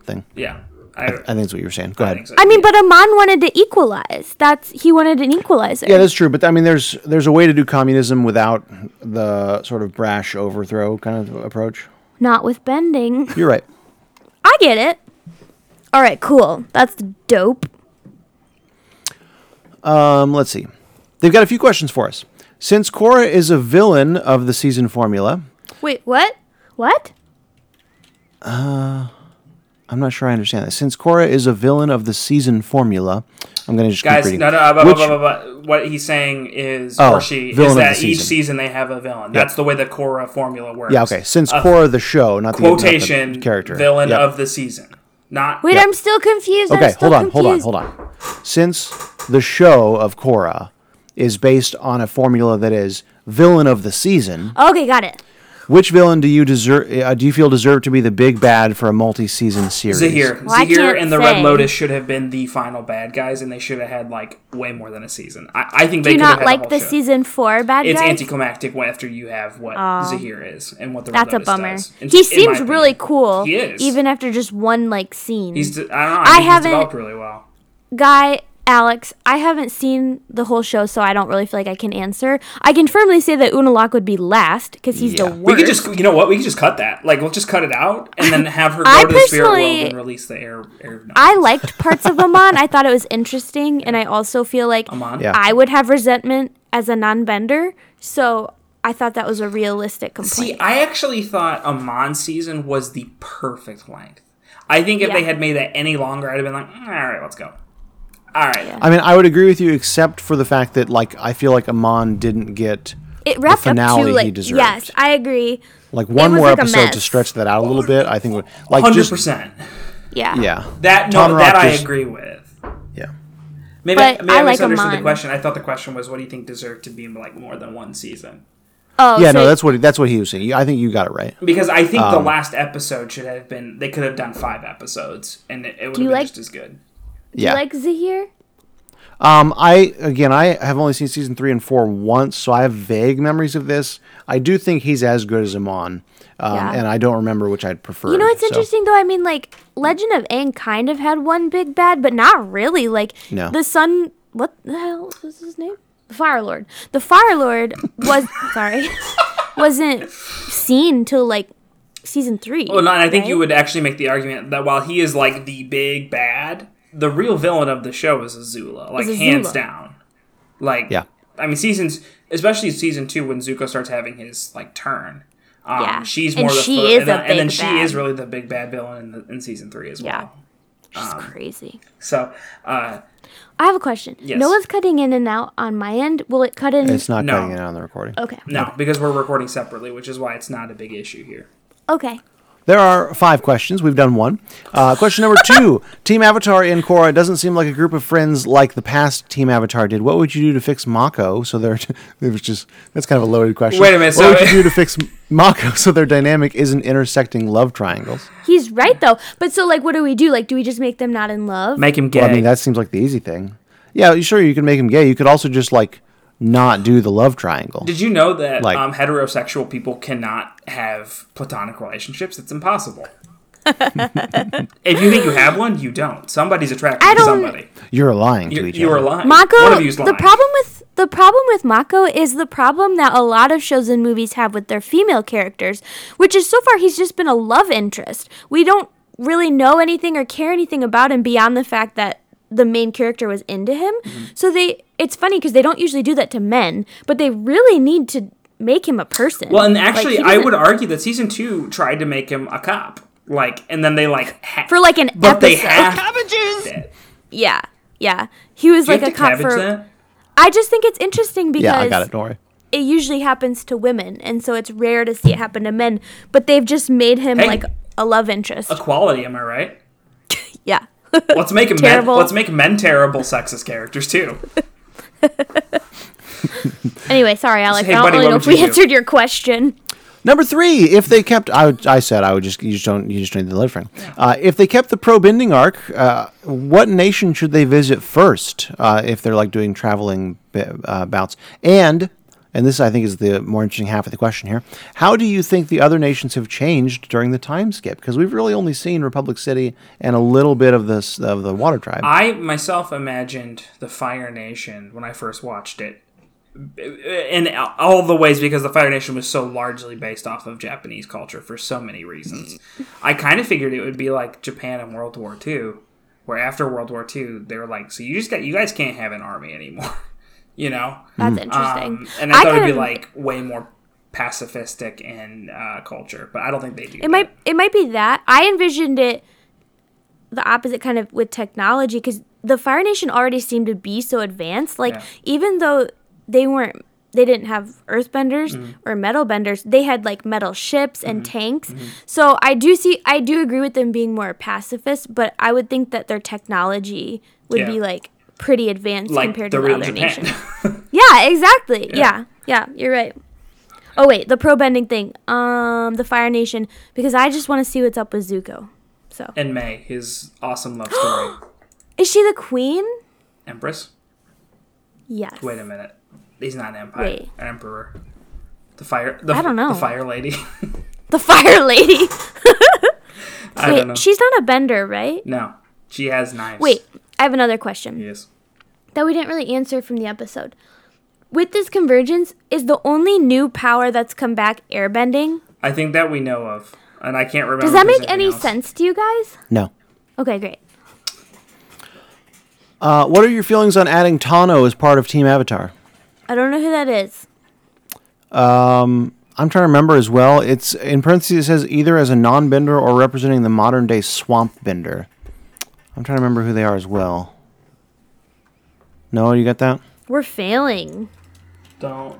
thing. Yeah. I, I think that's what you were saying. Go ahead. think so. I mean, but Aman wanted to equalize. That's he wanted an equalizer. Yeah, that's true. But I mean, there's there's a way to do communism without the sort of brash overthrow kind of approach. Not with bending. You're right. I get it. All right, cool. That's dope. Um, let's see. They've got a few questions for us. Since Korra is a villain of the season formula, Wait, what? What? I'm not sure I understand this. Since Korra is a villain of the season formula, I'm going to just keep Guys, reading. no, uh, no, blah, blah, Which- blah, blah, blah. what he's saying is, Oh, or she, villain is of that the each season. season they have a villain. That's the way the Korra formula works. Yeah, okay. Since A Korra the show, not the, not the uh, quotation character villain Yep. of the season. Not Wait, Yeah. I'm still confused. I'm Okay, still hold on, hold on, confused. hold on. Since the show of Korra is based on a formula that is villain of the season, Okay, got it. which villain do you deserve? Uh, do you feel deserve to be the big bad for a multi-season series? Zahir. Well, I Zahir can't and the Red say. Lotus should have been the final bad guys, and they should have had like way more than a season. I, I think Do they you could not have had like a the whole show. season four bad It's guys? Oh. anticlimactic when- after you have what Zahir is and what the Red That's a Lotus bummer. does. In- He in seems my really opinion. cool. He is. Even after just one like scene. He's. de- I don't know. I, I think he's haven't- developed really well. guy Alex, I haven't seen the whole show, so I don't really feel like I can answer. I can firmly say that Unalak would be last because he's the Yeah. worst. We could just, you know what? We could just cut that. Like, we'll just cut it out and then have her go I to the spirit personally- world and release the air. air no. I liked parts of Amon. I thought it was interesting, and I also feel like Amon? Yeah. I would have resentment as a non-bender. So I thought that was a realistic complaint. See, I actually thought Amon season was the perfect length. I think if they Yeah. had made that any longer, I'd have been like, "Mm, all right, let's go. All right. I mean, I would agree with you, except for the fact that like I feel like Amon didn't get it wrapped finale up he to like deserved. yes, I agree. like one was more like a episode to mess. stretch that out a little bit. I think would like Hundred just percent. Yeah, yeah That no, Tom that Rock I just- agree with. yeah. Maybe, But maybe I I, like misunderstood the Amon. question. I thought the question was, "What do you think deserved to be in like more than one season?" Oh, Yeah, so no, that's what that's what he was saying. You- I think you got it right. Because I think Um, the last episode should have been. They could have done five episodes, and it, it would have you been like- just as good. you Yeah. like Zahir. um, I again, I have only seen season three and four once, so I have vague memories of this. I do think he's as good as Amon, um, Yeah. and I don't remember which I'd prefer. You know what's interesting though? I mean, like Legend of Aang kind of had one big bad, but not really. Like No. the sun. What the hell was his name? The Fire Lord. The Fire Lord was sorry, wasn't seen till like season three. Well, Oh, no, and I think you would actually make the argument that while he is like the big bad, the real villain of the show is Azula, like Azula. hands down. Like, Yeah. I mean, seasons, especially season two when Zuko starts having his like turn. Um, Yeah. she's And more the she fir- is and, then, a and then big she bad. is really the big bad villain in, the, in season three as well. Yeah. She's Um, crazy. So, uh, I have a question. Yes. No one's cutting in and out on my end. Will it cut in? It's not No. cutting it out on the recording. okay. no, because we're recording separately, which is why it's not a big issue here. Okay. There are five questions. We've done one. Uh, question number two: Team Avatar and Korra doesn't seem like a group of friends like the past Team Avatar did. What would you do to fix Mako? So they're it was just that's kind of a loaded question. Wait a minute, What so- would you do to fix Mako so their dynamic isn't intersecting love triangles? He's right though. But so like, what do we do? Like, do we just make them not in love? Make him gay. Well, I mean, that seems like the easy thing. Yeah, you- sure, you can make him gay. You could also just like not do the love triangle. Did you know that Like- um, heterosexual people cannot have platonic relationships? It's impossible. if you think you have one, you don't. Somebody's attracted I to don't- somebody. You're lying to You, each you other. are lying. Mako, one of you's lying. the problem with the problem with Mako is the problem that a lot of shows and movies have with their female characters, which is so far he's just been a love interest. We don't really know anything or care anything about him beyond the fact that the main character was into him. Mm-hmm. So they it's funny because they don't usually do that to men, but they really need to make him a person. Well, and Like, actually, he I doesn't- would argue that season two tried to make him a cop. Like, and then they like ha- For, like, an but they episode. have yeah. Yeah. He was Do you like have a to cop cabbage for that? I just think it's interesting because Yeah, I got it. Don't worry. it usually happens to women, and so it's rare to see it happen to men. But they've just made him Hey. like a love interest. equality. Am I right? Yeah. Let's make men. Terrible. Let's make men terrible sexist characters too. anyway, sorry, Alex. Hey, I don't buddy, really what know would if we you do? answered your question. Number three, if they kept, I, would, I said I would just you just don't you just don't need the lead frame. Uh, if they kept the pro bending arc, uh, what nation should they visit first? Uh, if they're like doing traveling b- uh, bouts, and and this I think is the more interesting half of the question here. How do you think the other nations have changed during the time skip? Because we've really only seen Republic City and a little bit of this of the Water Tribe. I myself imagined the Fire Nation when I first watched it in all the ways because the Fire Nation was so largely based off of Japanese culture for so many reasons. I kind of figured it would be like Japan in World War II, where after World War II they were like, "So you just got you guys can't have an army anymore," you know. That's interesting. Um, and I thought it'd be kinda- like way more pacifistic in uh, culture, but I don't think they do. it might it might be that I envisioned it the opposite kind of with technology because the Fire Nation already seemed to be so advanced. Like Yeah. even though they weren't they didn't have earthbenders Mm-hmm. or metal benders they had like metal ships and tanks Mm-hmm. so i do see i do agree with them being more pacifist but i would think that their technology would Yeah. be like pretty advanced like compared the to the real other Japan. nations yeah, exactly. Yeah. yeah. you're right. Oh wait, the pro bending thing. Um the Fire Nation because I just want to see what's up with Zuko. and May, his awesome love story, Is she the queen? Empress. Yes. Wait a minute. He's not an empire. Wait. An emperor. The fire. The, I don't know. The fire lady. The Fire Lady. I don't know. Wait, she's not a bender, right? no, she has knives. Wait, I have another question. Yes. that we didn't really answer from the episode. With this convergence, is the only new power that's come back airbending? I think that we know of, and I can't remember. Does if that there's make any anything else. sense to you guys? No. Okay, great. Uh, what are your feelings on adding Tano as part of Team Avatar? I don't know who that is. I'm trying to remember as well. It's in parentheses it says either as a non-bender or representing the modern day swamp bender. I'm trying to remember who they are as well. No, you got that? We're failing. Don't.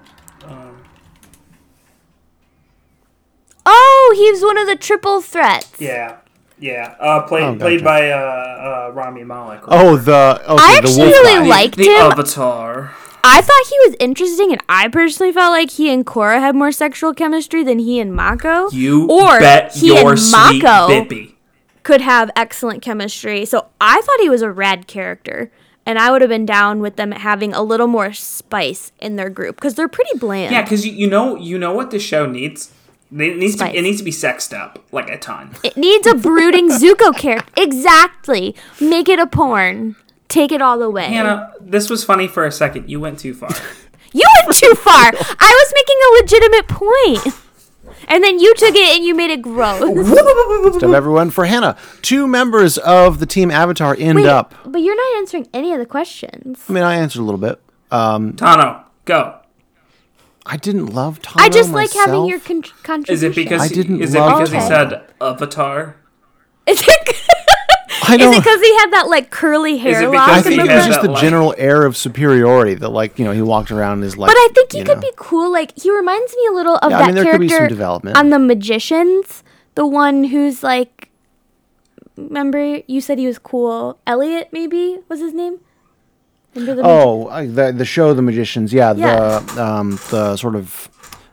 Oh, he was one of the triple threats. Yeah. Yeah. Uh, played played by uh, uh, Rami Malek. Oh, the okay, I the actually wolf really guy. liked the him. Avatar. I thought he was interesting, and I personally felt like he and Korra had more sexual chemistry than he and Mako. You or bet he your and sweet Mako bippy. could have excellent chemistry. So I thought he was a rad character, and I would have been down with them having a little more spice in their group because they're pretty bland. Yeah, because you, you know you know what this show needs. It needs to Spice. it needs to be sexed up like a ton. It needs a brooding Zuko character. Exactly. Make it a porn. Take it all the way. Hannah, this was funny for a second. You went too far. You went too far. I was making a legitimate point. And then you took it and you made it gross. Step everyone for Hannah. Two members of the Team Avatar end Wait, up. But you're not answering any of the questions. I mean, I answered a little bit. Tano, go. I didn't love Tano. I just like having myself. your con- contribution. Is it because I he- didn't is it love because Okay. he said Avatar? Is it? I Is don't. it because he had that like curly hair it lock? I because think in the it he back? was has just that the light? general air of superiority that, like, you know, he walked around his like. But I think he you could know. be cool. Like he reminds me a little of Yeah, I that mean, there could character be some development. on the Magicians, the one who's like. Remember, you said he was cool. Elliot, maybe was his name. Remember the Mag- Oh, I, the the show, The Magicians. Yeah, Yeah. the um the sort of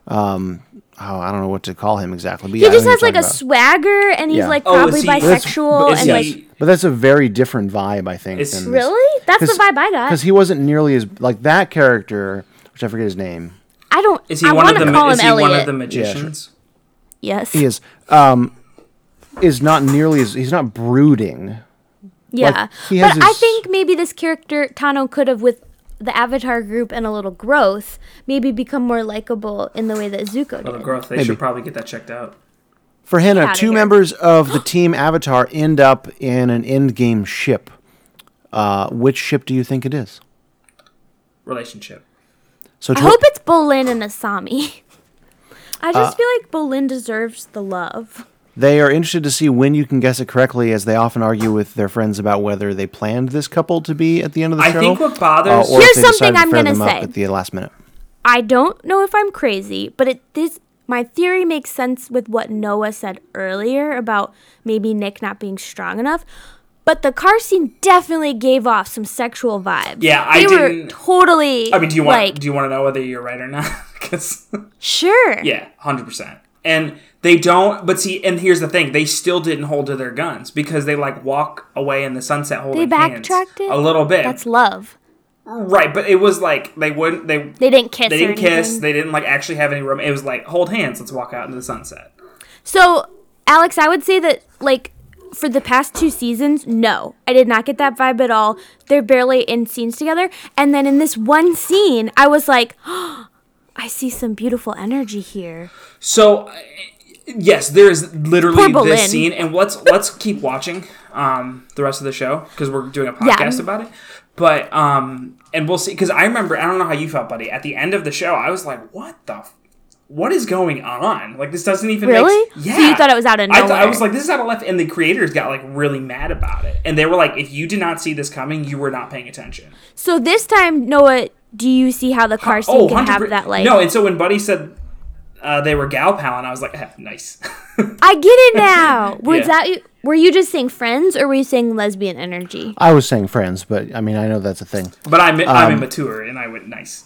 um oh I don't know what to call him exactly. But he yeah, I know just who has you're like a talking about. swagger, and he's Yeah. like Oh, probably is he- That's- bisexual is and he- like. but that's a very different vibe, I think. It's- than this- Really? That's the vibe I got. Because he wasn't nearly as like that character, which I forget his name. I don't. Is he I one want of to the call ma- is him he Elliot. one of the magicians? yes. He is um is not nearly as he's not brooding. Yeah. he but has I his- think maybe this character Tano could have with the Avatar group and a little growth, maybe become more likable in the way that Zuko Well, the did. growth. They should probably get that checked out. For Hannah, outta two here. members of the team Avatar end up in an endgame ship. Uh, which ship do you think it is? Relationship. So I to- hope it's Bolin and Asami. I Uh, just feel like Bolin deserves the love. They are interested to see when you can guess it correctly, as they often argue with their friends about whether they planned this couple to be at the end of the I show. uh, think what bothers- or if Here's they decided something to I'm pair gonna them up say. at the last minute. I don't know if I'm crazy, but it this my theory makes sense with what Noah said earlier about maybe Nick not being strong enough. But the car scene definitely gave off some sexual vibes. Yeah, I they were didn't- totally. I mean, do you want like do you want to know whether you're right or not? 'Cause- sure? yeah, hundred percent. And they don't. But see, and here's the thing: they still didn't hold to their guns because they like walk away in the sunset They holding backtracked it hands a little bit. That's love. right, but it was like they wouldn't. They They didn't kiss. they or didn't kiss. anything. They didn't like actually have any room. It was like hold hands. Let's walk out into the sunset. So, Alex, I would say that like for the past two seasons, no, I did not get that vibe at all. They're barely in scenes together, and then in this one scene, I was like, I see some beautiful energy here. So uh, yes, there is Poor literally Boleyn. this scene, and let's let's keep watching um, the rest of the show because we're doing a Yeah. podcast about it. But um, and we'll see because I remember I don't know how you felt, buddy. At the end of the show, I was like, "What the." F- what is going on? Like this doesn't even Really? Make, So yeah. you thought it was out of I, thought, I nowhere. was like, this is out of left, and the creators got like really mad about it, and they were like, if you did not see this coming, you were not paying attention. So this time, Noah, do you see how the Oh, car scene can 100% have that like? no. And so when Buddy said uh, they were gal pal, and I was like, "Ah, nice. I get it now. Was Yeah. that were you just saying friends or were you saying lesbian energy? I was saying friends, but I mean I know that's a thing. But I'm Um, I'm immature, and I went nice.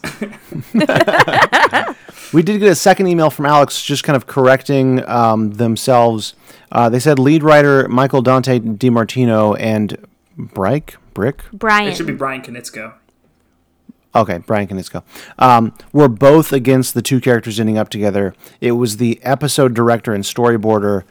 We did get a second email from Alex, just kind of correcting um, themselves. Uh, they said lead writer Michael Dante DiMartino and Brick Brick Brian, it should be Brian Konitsko. Okay, Brian Kanisko. Um, we're both against the two characters ending up together. It was the episode director and storyboarder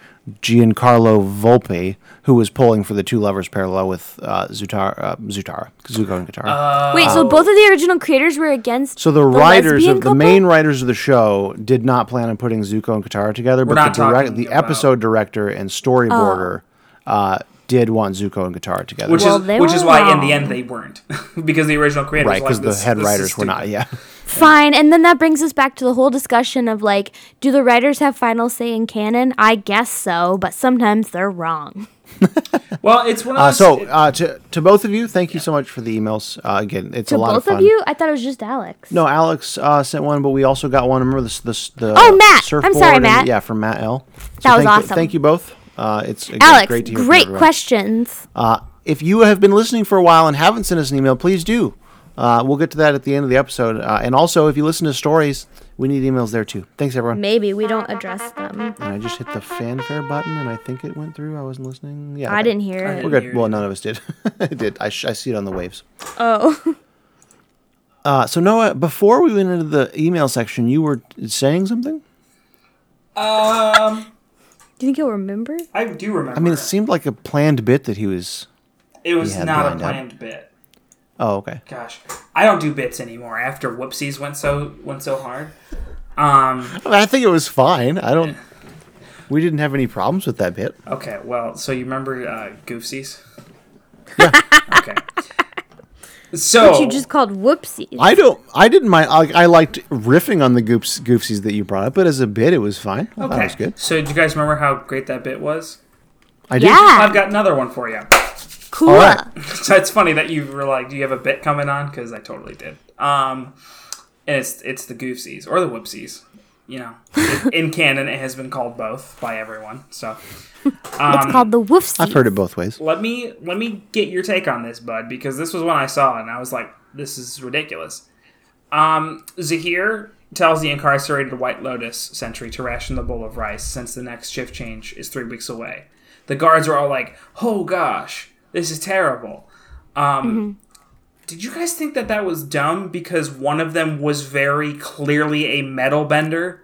Giancarlo Volpe, who was pulling for the two lovers parallel with uh, Zutar, uh, Zutara, Zuko and Katara. Uh, Wait, so both of the original creators were against. So the, writers lesbian of the couple? main writers of the show did not plan on putting Zuko and Katara together, but not the direct, talking the about- episode director and storyboarder uh, did want Zuko and Katara together, Which Well, they is which is were why in wrong. the end they weren't because the original creators right? were Because like, the this- head this is writers were not. stupid. Yeah, Fine, and then that brings us back to the whole discussion of like, do the writers have final say in canon? I guess so, but sometimes they're wrong. Well, it's one of Uh, those, so uh, to to both of you, thank you so much for the emails. Uh, again, it's To a lot both of of, fun. you, I thought it was just Alex. No, Alex uh, sent one, but we also got one. Remember this? This the Oh, Matt! I'm sorry, surfboard and- Matt. yeah, from Matt L. So That was thank you- awesome. thank you both. Uh, it's again, Alex, great great, to hear from everyone. questions. Uh, if you have been listening for a while and haven't sent us an email, please do. Uh, we'll get to that at the end of the episode. Uh, and also, if you listen to stories, we need emails there too. Thanks, everyone. Maybe we don't address them. And I just hit the fanfare button, and I think it went through. I wasn't listening. Yeah, I okay. didn't hear I it. We're hear good. you. Well, none of us did. it did. I, sh- I see it on the waves. Oh, Uh, so Noah, before we went into the email section, you were saying something. do you think he'll remember? I do remember. I mean, it seemed like a planned bit that he was. it was Yeah, not a lined up. planned bit. Oh, okay. Gosh, I don't do bits anymore. After whoopsies went so went so hard. Um. I, mean, I think it was fine. I don't. We didn't have any problems with that bit. Okay. Well, so you remember uh, Goofsies? okay. So You just called whoopsies. Oh. I don't. I didn't mind. I, I liked riffing on the goofs, goofsies that you brought up, but as a bit, it was fine. I thought okay. it was good. So do you guys remember how great that bit was? I did. yeah, I've got another one for you. cool. All right. So it's funny that you were like, "Do you have a bit coming on?" Because I totally did. Um, and it's it's the Goofsies or the Whoopsies. You know, It- in canon, it has been called both by everyone. So It's called the whoopsies. Um, I've heard it both ways. let me let me get your take on this, bud, because this was one I saw and I was like, "This is ridiculous." Um, Zahir tells the incarcerated White Lotus sentry to ration the bowl of rice since the next shift change is three weeks away. The guards are all like, "Oh gosh, this is terrible." Um, Mm-hmm. Did you guys think that that was dumb because one of them was very clearly a metal bender?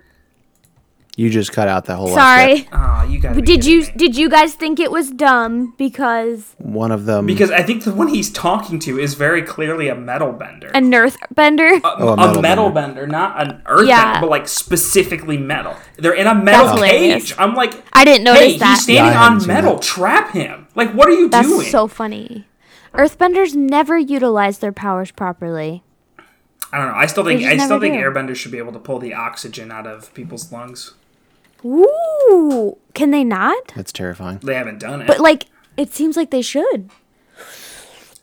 You just cut out that whole. last bit. Sorry. Oh, you got. Did you did you guys think it was dumb because One of them. Because I think the one he's talking to is very clearly a metal bender. a Nerf bender? a Oh, metal metal, bender. not an earth Yeah. bender, but like specifically metal. They're in a metal That's hilarious. cage. I'm like, I didn't notice hey, that. he's standing Yeah, I haven't on seen metal. Trap him. Like, what are you That's doing? so funny. Earthbenders never utilize their powers properly. I don't know. I still think just I still never think do. airbenders should be able to pull the oxygen out of people's lungs. Ooh, can they not? That's terrifying. They haven't done it. But like, it seems like they should.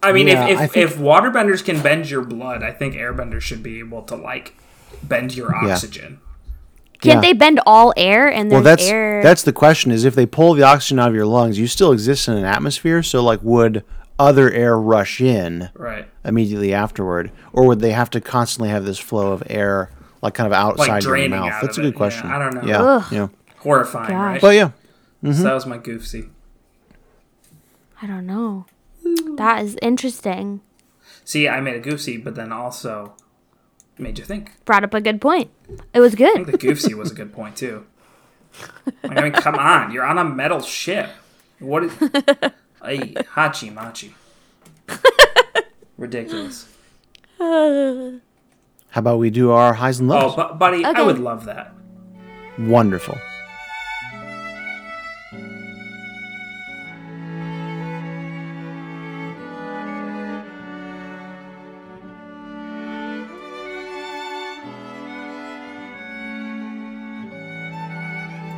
I mean, Yeah, if I if, think- if waterbenders can bend your blood, I think airbenders should be able to like bend your oxygen. Can't Yeah. they bend all air and Well, there's that's air? that's the question: is if they pull the oxygen out of your lungs, you still exist in an atmosphere. So, like, would other air rush in Right. immediately afterward, or would they have to constantly have this flow of air, like, kind of outside your draining mouth? out That's a good of it. Yeah, question. I don't know. Yeah, Ugh. yeah. Horrifying, right? But Mhm. yeah, So that was my goofsy. I don't know. That is interesting. See, I made a goofsy, but then also made you think. Brought up a good point. It was I good. think the goofsy was a good point too. Like, I mean, come on, you're on a metal ship. What is? Ay, hachi machi. Ridiculous. how about we do our highs and Oh, lows? bu- buddy, I Okay. would love that. Wonderful.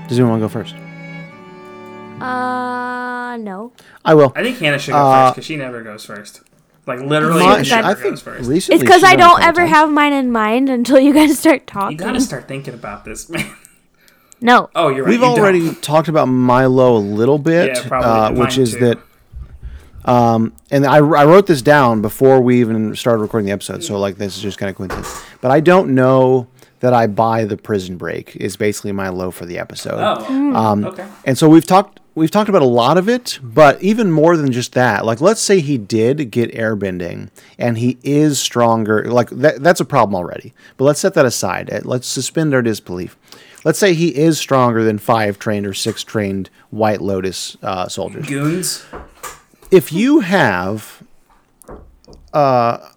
Does anyone want to go first? Uh, no. I will. I think Hannah should go Uh, first because she never goes first. Like literally, Mine- she never I goes think first. recently It's because she's I done a don't couple ever times. have mine in mind until you guys start you talking. gotta start thinking about this, man. no. Oh, you're right. We've you don't. already talked about Milo a little bit, Yeah, probably. uh, Mine which is too. that. Um, and I, I wrote this down before we even started recording the episode, so like this is just kind of coincidence. But I don't know that I buy the prison break is basically my low for the episode. Oh, Um, okay. And so we've talked we've talked about a lot of it, but even more than just that. Like let's say he did get airbending and he is stronger. Like that, that's a problem already. But let's set that aside. Uh, Let's suspend our disbelief. let's say he is stronger than five trained or six trained White Lotus uh, soldiers. Goons. if you have uh,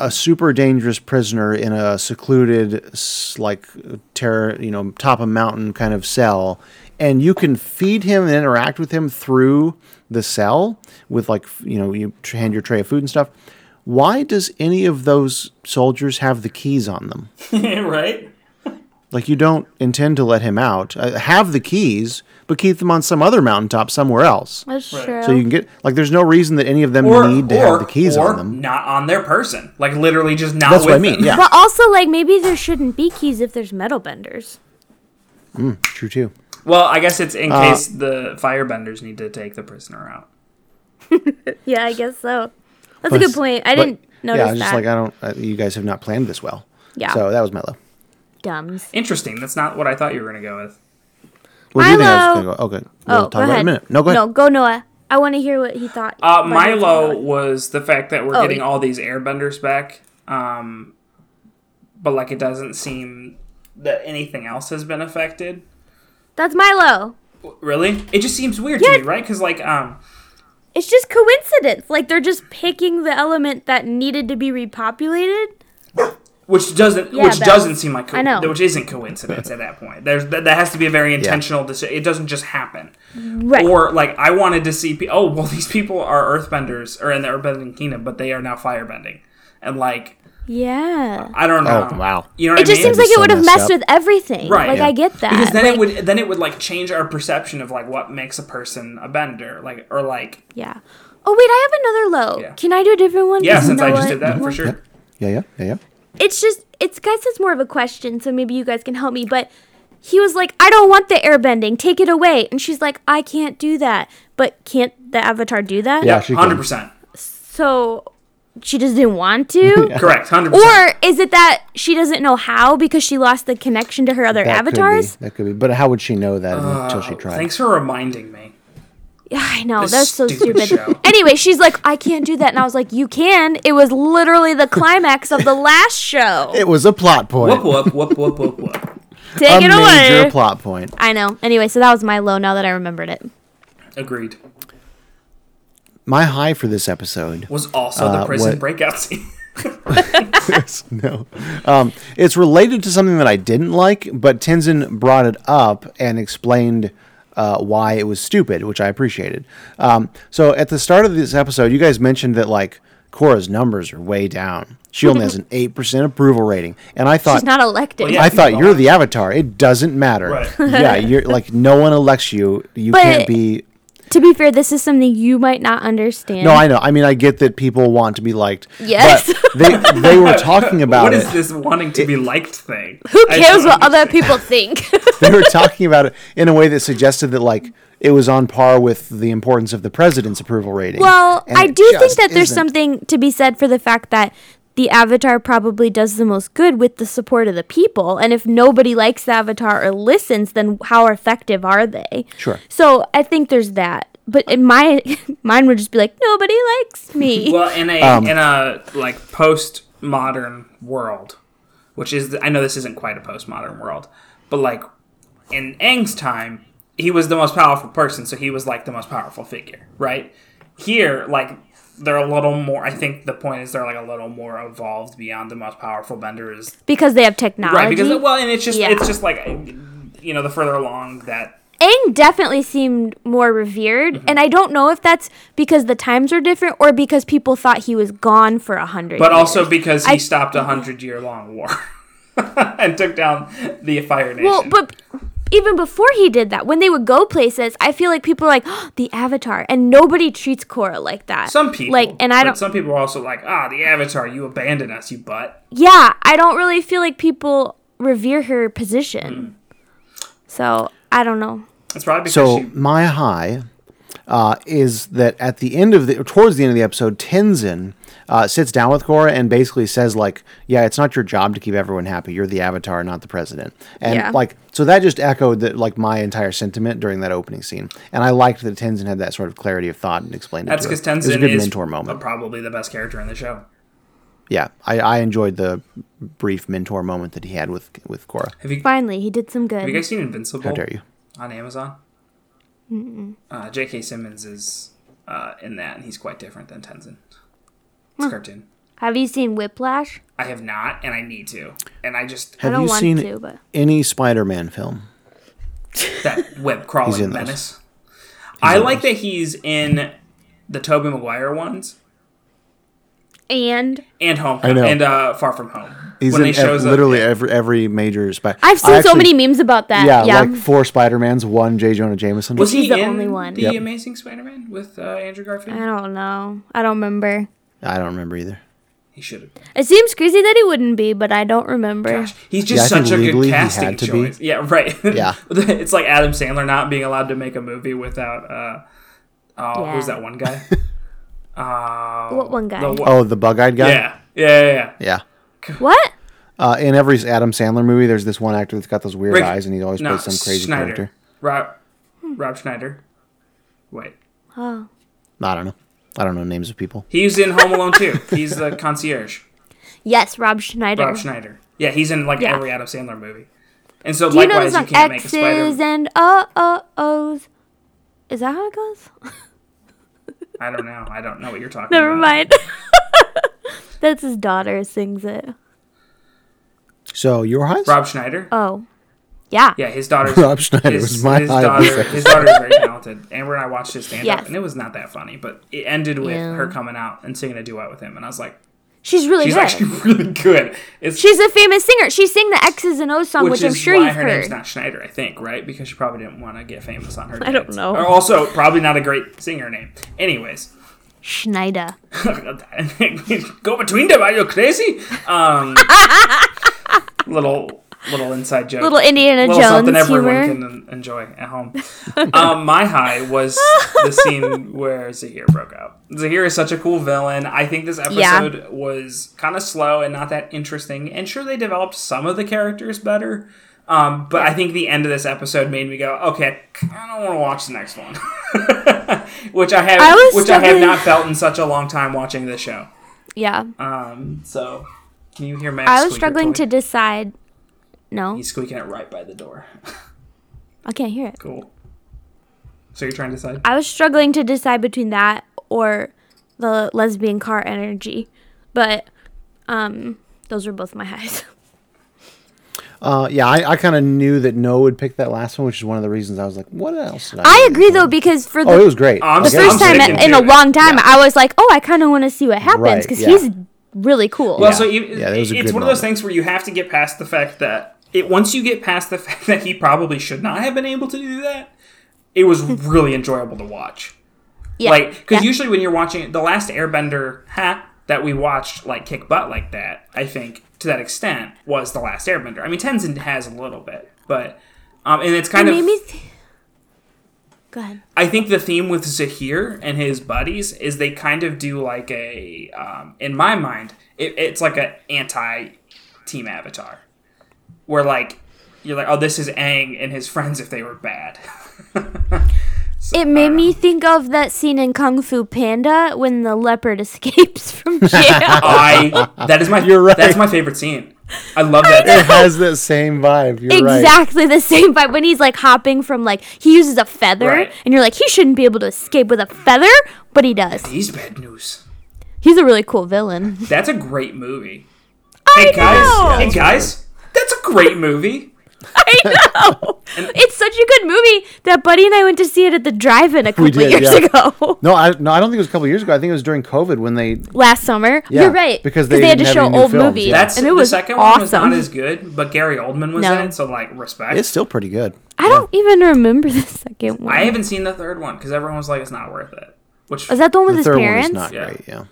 a super dangerous prisoner in a secluded, s- like terror, you know, top of mountain kind of cell, and you can feed him and interact with him through the cell with, like, f- you know, you tr- hand your tray of food and stuff. Why does any of those soldiers have the keys on them? right? Like, you don't intend to let him out. Uh, have the keys, but keep them on some other mountaintop somewhere else. That's Right. true. So you can get like there's no reason that any of them need to have the keys or on them. Not on their person. Like literally just not That's what with I mean. them. Yeah, but also, like maybe there shouldn't be keys if there's metal benders. true too. Well, I guess it's in case the firebenders need to take the prisoner out. Yeah, I guess so. That's a good point. I But- didn't notice Yeah, I was just that. like I don't. Uh, you guys have not planned this well. Yeah. So that was my low. Dumbs. Interesting. That's not what I thought you were going to go with. What do you think I was gonna Milo- go? Okay. Oh, We'll talk go about it in ahead. a minute. No, go ahead. No, go Noah. I want to hear what he thought. Uh, why he was Milo Noah. was the fact that we're Oh, getting yeah. all these airbenders back, um, but like it doesn't seem that anything else has been affected. That's Milo. Really, it just seems weird to me, right? Because like, um, It's just coincidence. Like they're just picking the element that needed to be repopulated. which doesn't, Yeah, which that doesn't was- seem like, co- I know. which isn't coincidence at that point. There's that, that has to be a very intentional decision. It doesn't just happen. Right. Or like, I wanted to see. Pe- oh, well, these people are Earthbenders, or in the Earthbending kingdom, but they are now Firebending, and like, yeah. I don't know. Oh, wow. You know, Uh, what It I just seems mean? That'd like be it so would have messed messed up. with everything. Right. Like Yeah. I get that. Because then like, it would then it would like change our perception of like what makes a person a bender, like or like Yeah. Oh wait, I have another low. Yeah. Can I do a different one? yeah, Because since I Noah- just did that for sure. Yeah, yeah, yeah, yeah. It's just it's guys. It's more of a question, so maybe you guys can help me. But he was like, "I don't want the airbending. Take it away." And she's like, "I can't do that." But can't the avatar do that? Yeah. she can. Hundred percent So she just didn't want to. correct. Hundred percent. Or is it that she doesn't know how because she lost the connection to her other That could be, avatars? that could be. But how would she know that until she tried? Uh, Thanks for reminding me. Yeah, I know. This That's so stupid stupid. show. anyway, she's like, I can't do that. And I was like, You can. It was literally the climax of the last show. It was a plot point. Whoop whoop whoop whoop whoop whoop. Take a it major away. plot point. I know. Anyway, so that was my low now that I remembered it. Agreed. My high for this episode Was also the prison Uh, what- breakout scene. no. Um, it's related to something that I didn't like, but Tenzin brought it up and explained uh, why it was stupid, which I appreciated. Um, so at the start of this episode, you guys mentioned that like Cora's numbers are way down. She only has an eight percent approval rating, and I thought She's not elected. Well, yeah. I thought people you're the avatar. It doesn't matter. Right. yeah, you're like no one elects you. You But- can't be To be fair, this is something you might not understand. No, I know. I mean, I get that people want to be liked. Yes. But they they were talking about What it. is this wanting to be liked thing? Who I cares don't what other understand. people think? they were talking about it in a way that suggested that like it was on par with the importance of the president's approval rating. Well, And I it do think just that there's isn't. something to be said for the fact that the avatar probably does the most good with the support of the people. And if nobody likes the avatar or listens, then how effective are they? Sure. So I think there's that. But in my mine would just be like, nobody likes me. Well, in a Um, in a like post modern world, which is I know this isn't quite a post modern world, but like in Aang's time, he was the most powerful person, so he was like the most powerful figure, right? Here, like they're a little more. I think the point is they're like a little more evolved beyond the most powerful bender is because they have technology. right because well, and it's just Yeah. it's just like you know the further along that Aang definitely seemed more revered, Mm-hmm. and I don't know if that's because the times are different or because people thought he was gone for a hundred. but also because he I- stopped a hundred year long war and took down the Fire Nation. Well, but even before he did that, when they would go places, I feel like people are like "Oh, the Avatar, and nobody treats Korra like that. Some people, like, and I but don't. Some people are also like, ah, the Avatar, you abandoned us, you butt. yeah, I don't really feel like people revere her position. Mm. So I don't know. That's probably because So she. my high uh, is that at the end of the or towards the end of the episode, Tenzin uh, sits down with Korra and basically says like, "Yeah, it's not your job to keep everyone happy. You're the Avatar, not the president." And Yeah. like, so that just echoed that like my entire sentiment during that opening scene, and I liked that Tenzin had that sort of clarity of thought and explained That's it. to because her. It was Tenzin a good is mentor moment. probably the best character in the show. yeah, I, I enjoyed the brief mentor moment that he had with with Cora. Have you Finally, he did some good. have you guys seen Invincible? How dare you? On Amazon. Uh, J.K. Simmons is uh, in that, and he's quite different than Tenzin. It's a cartoon. Have you seen Whiplash? I have not, and I need to. And I just Have don't you want seen to, but- any Spider-Man film? that web He's in crawling those. menace. I like that he's in the Tobey Maguire ones And and Home I know. and uh, Far From Home. He's when in they shows ev- up- literally every every major Spider. I've seen I so actually- many memes about that. Yeah, Yeah, like four Spider-Mans, one J. Jonah Jameson. was he He's the in only one. The Yep. Amazing Spider-Man with uh, I Andrew Garfield. don't know. I don't remember. I don't remember either. He should have. It seems crazy that he wouldn't be, but I don't remember. Gosh, he's Yeah, I just think such a legally good he casting had to be. choice. Yeah, right. Yeah. it's like Adam Sandler not being allowed to make a movie without. Uh, oh, Yeah. who's that one guy? What one guy? The one- Oh, the bug-eyed guy. yeah, yeah, yeah. yeah. Yeah. what? Uh, in every Adam Sandler movie, there's this one actor that's got those weird Rick- eyes, and he always no, plays some crazy Schneider. character. Rob, Rob Schneider. Wait, I don't know. I don't know names of people. he's in Home Alone too. He's the concierge. Yes, Rob Schneider. Rob Schneider. Yeah, he's in like Yeah. every Adam Sandler movie. And so Do you know the likewise, you, song can't make a X's Spider. and uh uh ohs? Is that how it goes? I don't know. I don't know what you're talking Never about. mind. That's his daughter sings it. So your highs? Rob Schneider. Oh, yeah. Yeah, his daughter's Rob Schneider his, was my his eye of the daughter. second His daughter is very talented. Amber and I watched his stand up, Yes. and it was not that funny, but it ended with Yeah. her coming out and singing a duet with him, and I was like, She's really she's good. actually really good. It's She's a famous singer. She sang the X's and O's song, which, I'm is sure why you've her name's heard. not Schneider, I think, right? Because she probably didn't want to get famous on her. I don't dad's. know. Or also probably not a great singer name. Anyways, Schneider. go between them. Are you crazy? Um, little little inside joke, Little Indiana Little something Jones everyone humor. can en- enjoy at home. um, my high was the scene where Zahir broke out. Zahir is such a cool villain. I think this episode was kind of slow and not that interesting. And sure, they developed some of the characters better. Um, but I think the end of this episode made me go, okay, I don't want to watch the next one, which I have, I was which I have struggling- not felt in such a long time watching this show. Yeah. Um, so can you hear Max? I was squeak your struggling toy? to decide. No, He's squeaking it right by the door. I can't hear it. cool. So you're trying to decide? I was struggling to decide between that or the lesbian car energy, but um, those were both my highs. Uh, yeah, I, I kind of knew that Noah would pick that last one, which is one of the reasons I was like, what else? Did I really agree though enjoy? because for the Oh, it was great. I'm Like, it sorry, was first time sticking in to a it. long time, I was like, oh, I kind of want to see what happens Right, because yeah. he's really cool. Well, so you, Yeah, that was a it's good one of those moment. things where you have to get past the fact that it. Once you get past the fact that he probably should not have been able to do that, it was really enjoyable to watch. yeah. Like, because Yeah. usually when you're watching the last Airbender, ha, that we watched like kick butt like that. I think to that extent was the last Airbender. I mean, Tenzin has a little bit, but um, and it's It kind of made me th- go ahead. I think the theme with Zahir and his buddies is they kind of do like a, um, in my mind, it, it's like a anti team avatar, where like you're like, oh, this is Aang and his friends if they were bad. It made me think of that scene in Kung Fu Panda when the leopard escapes from jail. I that is my You're right. that's my favorite scene. I love that. It has that same vibe. You're right. exactly the same vibe when he's like hopping from like he uses a feather Right. and you're like he shouldn't be able to escape with a feather, but he does. He's bad news. He's a really cool villain. That's a great movie. I Hey guys, know. hey guys, that's a great movie. I know. it's such a good movie that Buddy and I went to see it at the drive-in a couple did, years yeah. ago No, I no, I don't think it was a couple years ago. I think it was during COVID when they. last summer. Yeah, You're right because they had to didn't have show any new old films, movies, yeah. That's and it the was second one was awesome. not as good, but Gary Oldman was No. in it, so like respect. It's still pretty good. I don't even remember the second one. I haven't seen the third one because everyone was like, it's not worth it. Which was that the one with The his third one is parents? not Yeah. great. Yeah.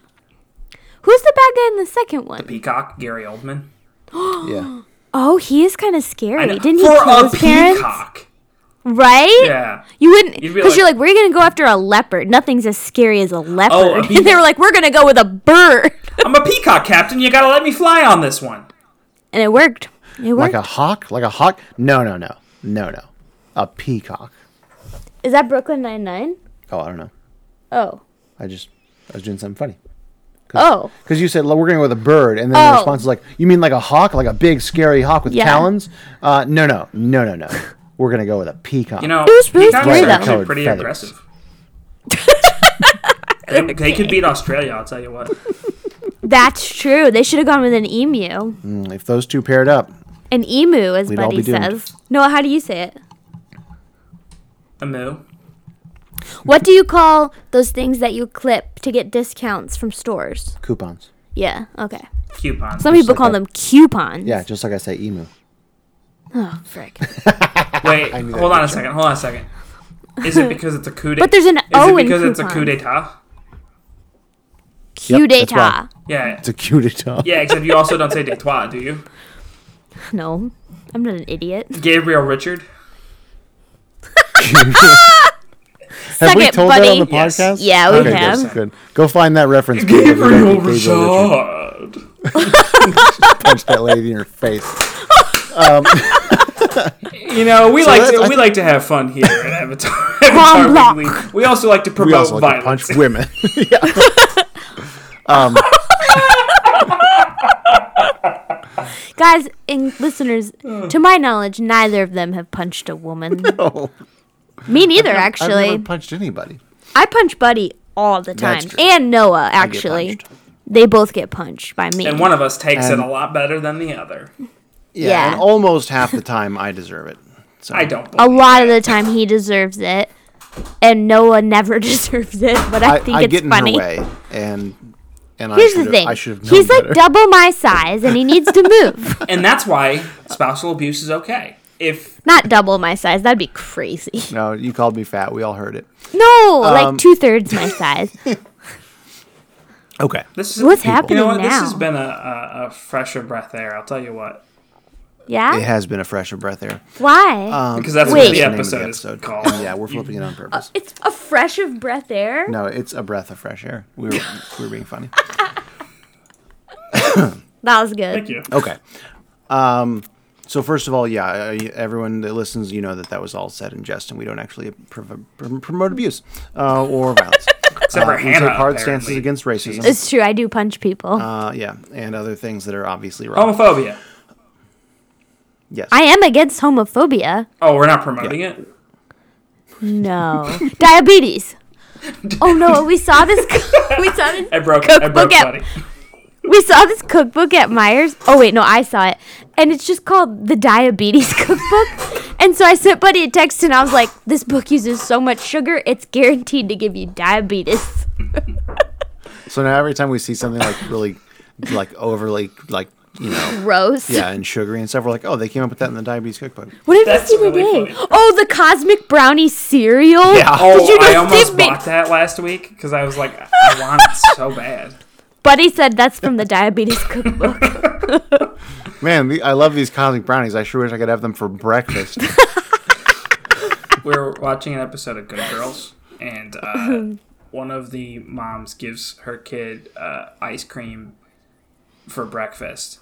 Who's the bad guy in the second one? Peacock, Gary Oldman. Yeah. Oh, he is kind of scary. I know- Didn't he For kill a his parents? peacock. Right? Yeah. You wouldn't, You'd because be like- you're like, we're gonna go after a leopard. Nothing's as scary as a leopard. a peacock. and they were like, we're gonna go with a bird, I'm a peacock captain. You gotta let me fly on this one. and it worked. It Like worked. a hawk? Like a hawk? No, no, no, no, no. A peacock. is that Brooklyn Nine Nine? Oh, I don't know. Oh, I just I was doing something funny because Oh. Because you said "Look, we're going to go with a bird, and then the Oh. response is like, "You mean like a hawk, like a big scary hawk with Yeah. talons?" Uh, no, no, no, no, no. we're going to go with a peacock. You know, It was really peacocks scary, are though. actually Colored pretty feathers. aggressive. they, they could beat Australia, I'll tell you what. That's true. They should have gone with an emu. Mm, if those two paired up, An emu, as We'd all Buddy be doomed. says. Noah, how do you say it? A moo. What do you call those things that you clip to get discounts from stores? coupons. Yeah, okay. Coupon. Some people like call that. them coupons. Yeah, just like I say, emu. Oh, frick. Wait, that hold on a second. Hold on a second. Is it because it's a coup d'etat? But there's an Is O it in because it's a coup coupon. d'etat? Coup Yep, that's d'etat. Yeah. It's a coup d'etat. Yeah, except you also don't say d'etat, do you? No, I'm not an idiot. Gabriel Richard? Have we Suck it, told that on buddy. the Yes. podcast? Yeah, we Okay, good, have. Good. Go find that reference. Gabe, if you don't think Gabriel Richard punched that lady in her face. You know, we like that's- to, I we like to have fun here at Avatar. Grand Avatar Block. Weekly. We also like to promote We also like to violence. punch women. Guys and listeners, to my knowledge, neither of them have punched a woman. No. Me neither, I've actually. never punched anybody. I punch Buddy all the time. true. And Noah, actually. punched. They both get punched by me. and one of us takes it a lot better than the other. Yeah, Yeah. and almost half the time I deserve it. So I don't believe a lot of the time he deserves it. And Noah never deserves it, but I, I, think I it's get in her funny. way, and and Here's I the should've- thing. I should have known He's like better. double my size and he needs to move. And that's why spousal abuse is okay. If Not double my size. That'd be crazy. no, you called me fat. We all heard it. No, Um, like two thirds my size. Okay. this is What's you happening know what, this now? has been a, a, a fresher breath air. I'll tell you what, Yeah? It has been a fresh of breath air. Why? Um, because that's Wait. what the What's the Uh, episode, is called. yeah, we're flipping it on purpose. it's a fresh of breath air. No, it's a breath of fresh air. We were, we were being funny. That was good. Thank you. Okay. Um, so first of all, yeah, uh, everyone that listens, you know that that was all said in jest, and we don't actually pr- pr- promote abuse uh, or violence. Uh, Except for we Hannah, take hard apparently. stances against racism, It's true. I do punch people. uh, yeah, and other things that are Oh. obviously wrong. homophobia. yes, I am against homophobia. Oh, we're not promoting it. No. Diabetes. Oh no, we saw this we saw this I broke. I cookbook broke at buddy. we saw this cookbook at Myers. Oh wait, no, I saw it. And it's just called The Diabetes Cookbook. and so I sent Buddy a text and I was like, this book uses so much sugar, it's guaranteed to give you diabetes. so now every time we see something like really, like overly, like you know, Gross. yeah, and sugary and stuff, we're like, oh, they came up with that in the diabetes cookbook. What did That's we see really today? funny. Oh, the Cosmic Brownie cereal. Yeah. Oh, Did you I just almost give me- bought that last week because I was like, I want it so bad. Buddy said that's from the Diabetes Cookbook. Man, the, I love these cosmic brownies. I sure wish I could have them for breakfast. we were watching an episode of Good Girls, and uh, one of the moms gives her kid uh, ice cream for breakfast,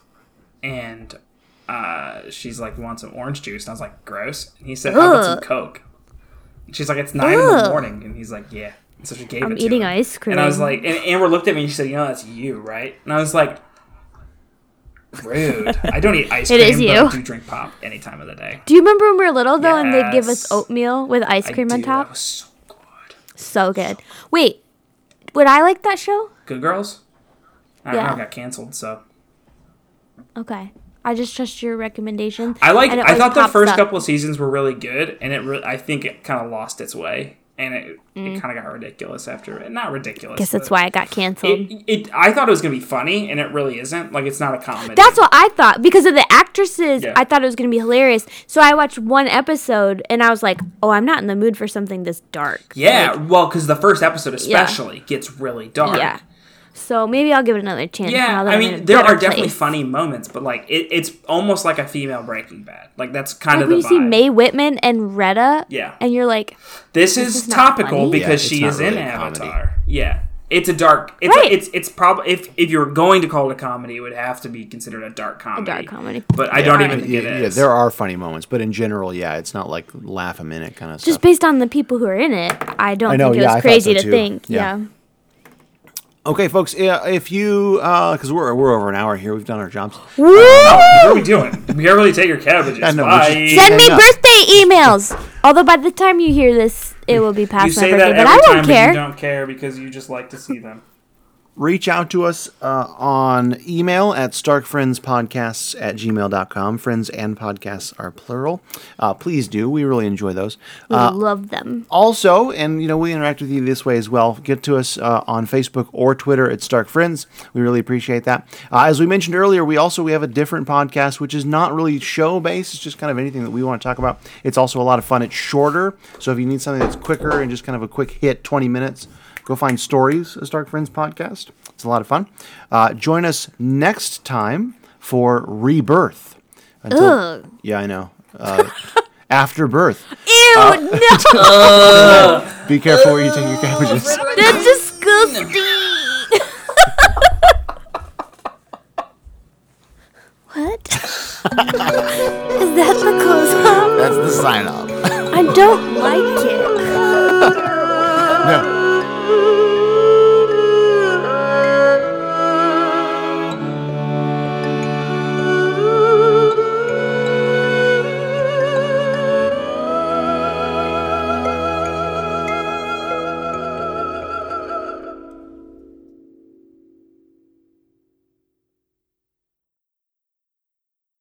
and uh, she's like, "Want some orange juice?" And I was like, "Gross." And he said, "How about some Ugh. Coke?" And she's like, "It's nine in the morning," and he's like, "Yeah." And so she gave it to eating him. ice and I was cream. like, and Amber looked at me and she said, "You know, that's you, right?" And I was like. Rude. I don't eat ice It cream, is you. but I do drink pop any time of the day. Do you remember when we were little though, and they'd give us Yes. oatmeal with ice I cream on do. That top? was so good. So good. Wait, would I like that show? Good Girls? I don't Yeah. know, it got canceled, so. Okay, I just trust your recommendation. I like. And it I was thought the pop first stuff. couple of seasons were really good, and it. Re- I think it kind of lost its way, and it, it kind of got ridiculous after. Not ridiculous. Mm. Guess that's but why it got canceled. It, it. I thought it was gonna be funny, and it really isn't. Like it's not a comedy. That's what I thought because of the actresses. Yeah. I thought it was going to be hilarious. So I watched one episode and I was like, "Oh, I'm not in the mood for something this dark." yeah. well, because the first episode especially gets really dark. Yeah. So maybe I'll give it another chance. Yeah, now that I I'm in a mean, there better are definitely place. funny moments, but like it, it's almost like a female Breaking Bad. Like that's kind Like of the when you see vibe. Mae Whitman and Retta, Yeah. and you're like, this is, is not topical funny. because Yeah, it's she not is in really a comedy. Avatar. Yeah, it's a dark. It's Right. it's it's probably if if you were going to call it a comedy, it would have to be considered a dark comedy. dark comedy. But I don't even Alright. think yeah, it yeah, is. there are funny moments, but in general, yeah, it's not like laugh a minute kind of stuff. just based on the people who are in it, I don't I know, think it yeah, I was thought crazy so to too. think. Yeah. Yeah. Okay, folks, i- if you, because we're, we're over an hour here, we've done our jobs. Oh, What are we doing? We can't really take your cabbages. I know, we Bye. should- Send me Enough. birthday emails. Although by the time you hear this, it will be you past my say birthday, that but every I time, won't but care. you don't care because you just like to see them. reach out to us uh, on email at starkfriendspodcasts at gmail.com. Friends and podcasts are plural. Uh, please do. We really enjoy those. We love them. uh, Also, and you know, we interact with you this way as well. Get to us uh, on Facebook or Twitter at Stark Friends. We really appreciate that. Uh, as we mentioned earlier, we also we have a different podcast which is not really show based. It's just kind of anything that we want to talk about. It's also a lot of fun. It's shorter, so if you need something that's quicker and just kind of a quick hit, twenty minutes, go find Stories, a Stark Friends podcast. It's a lot of fun. Uh, join us next time for Rebirth. Until, Ugh. Yeah, I know. Uh, after birth, Ew, no! be careful where you take your cabbages. That's disgusting! what? Is that the close up? That's the sign off. I don't like it.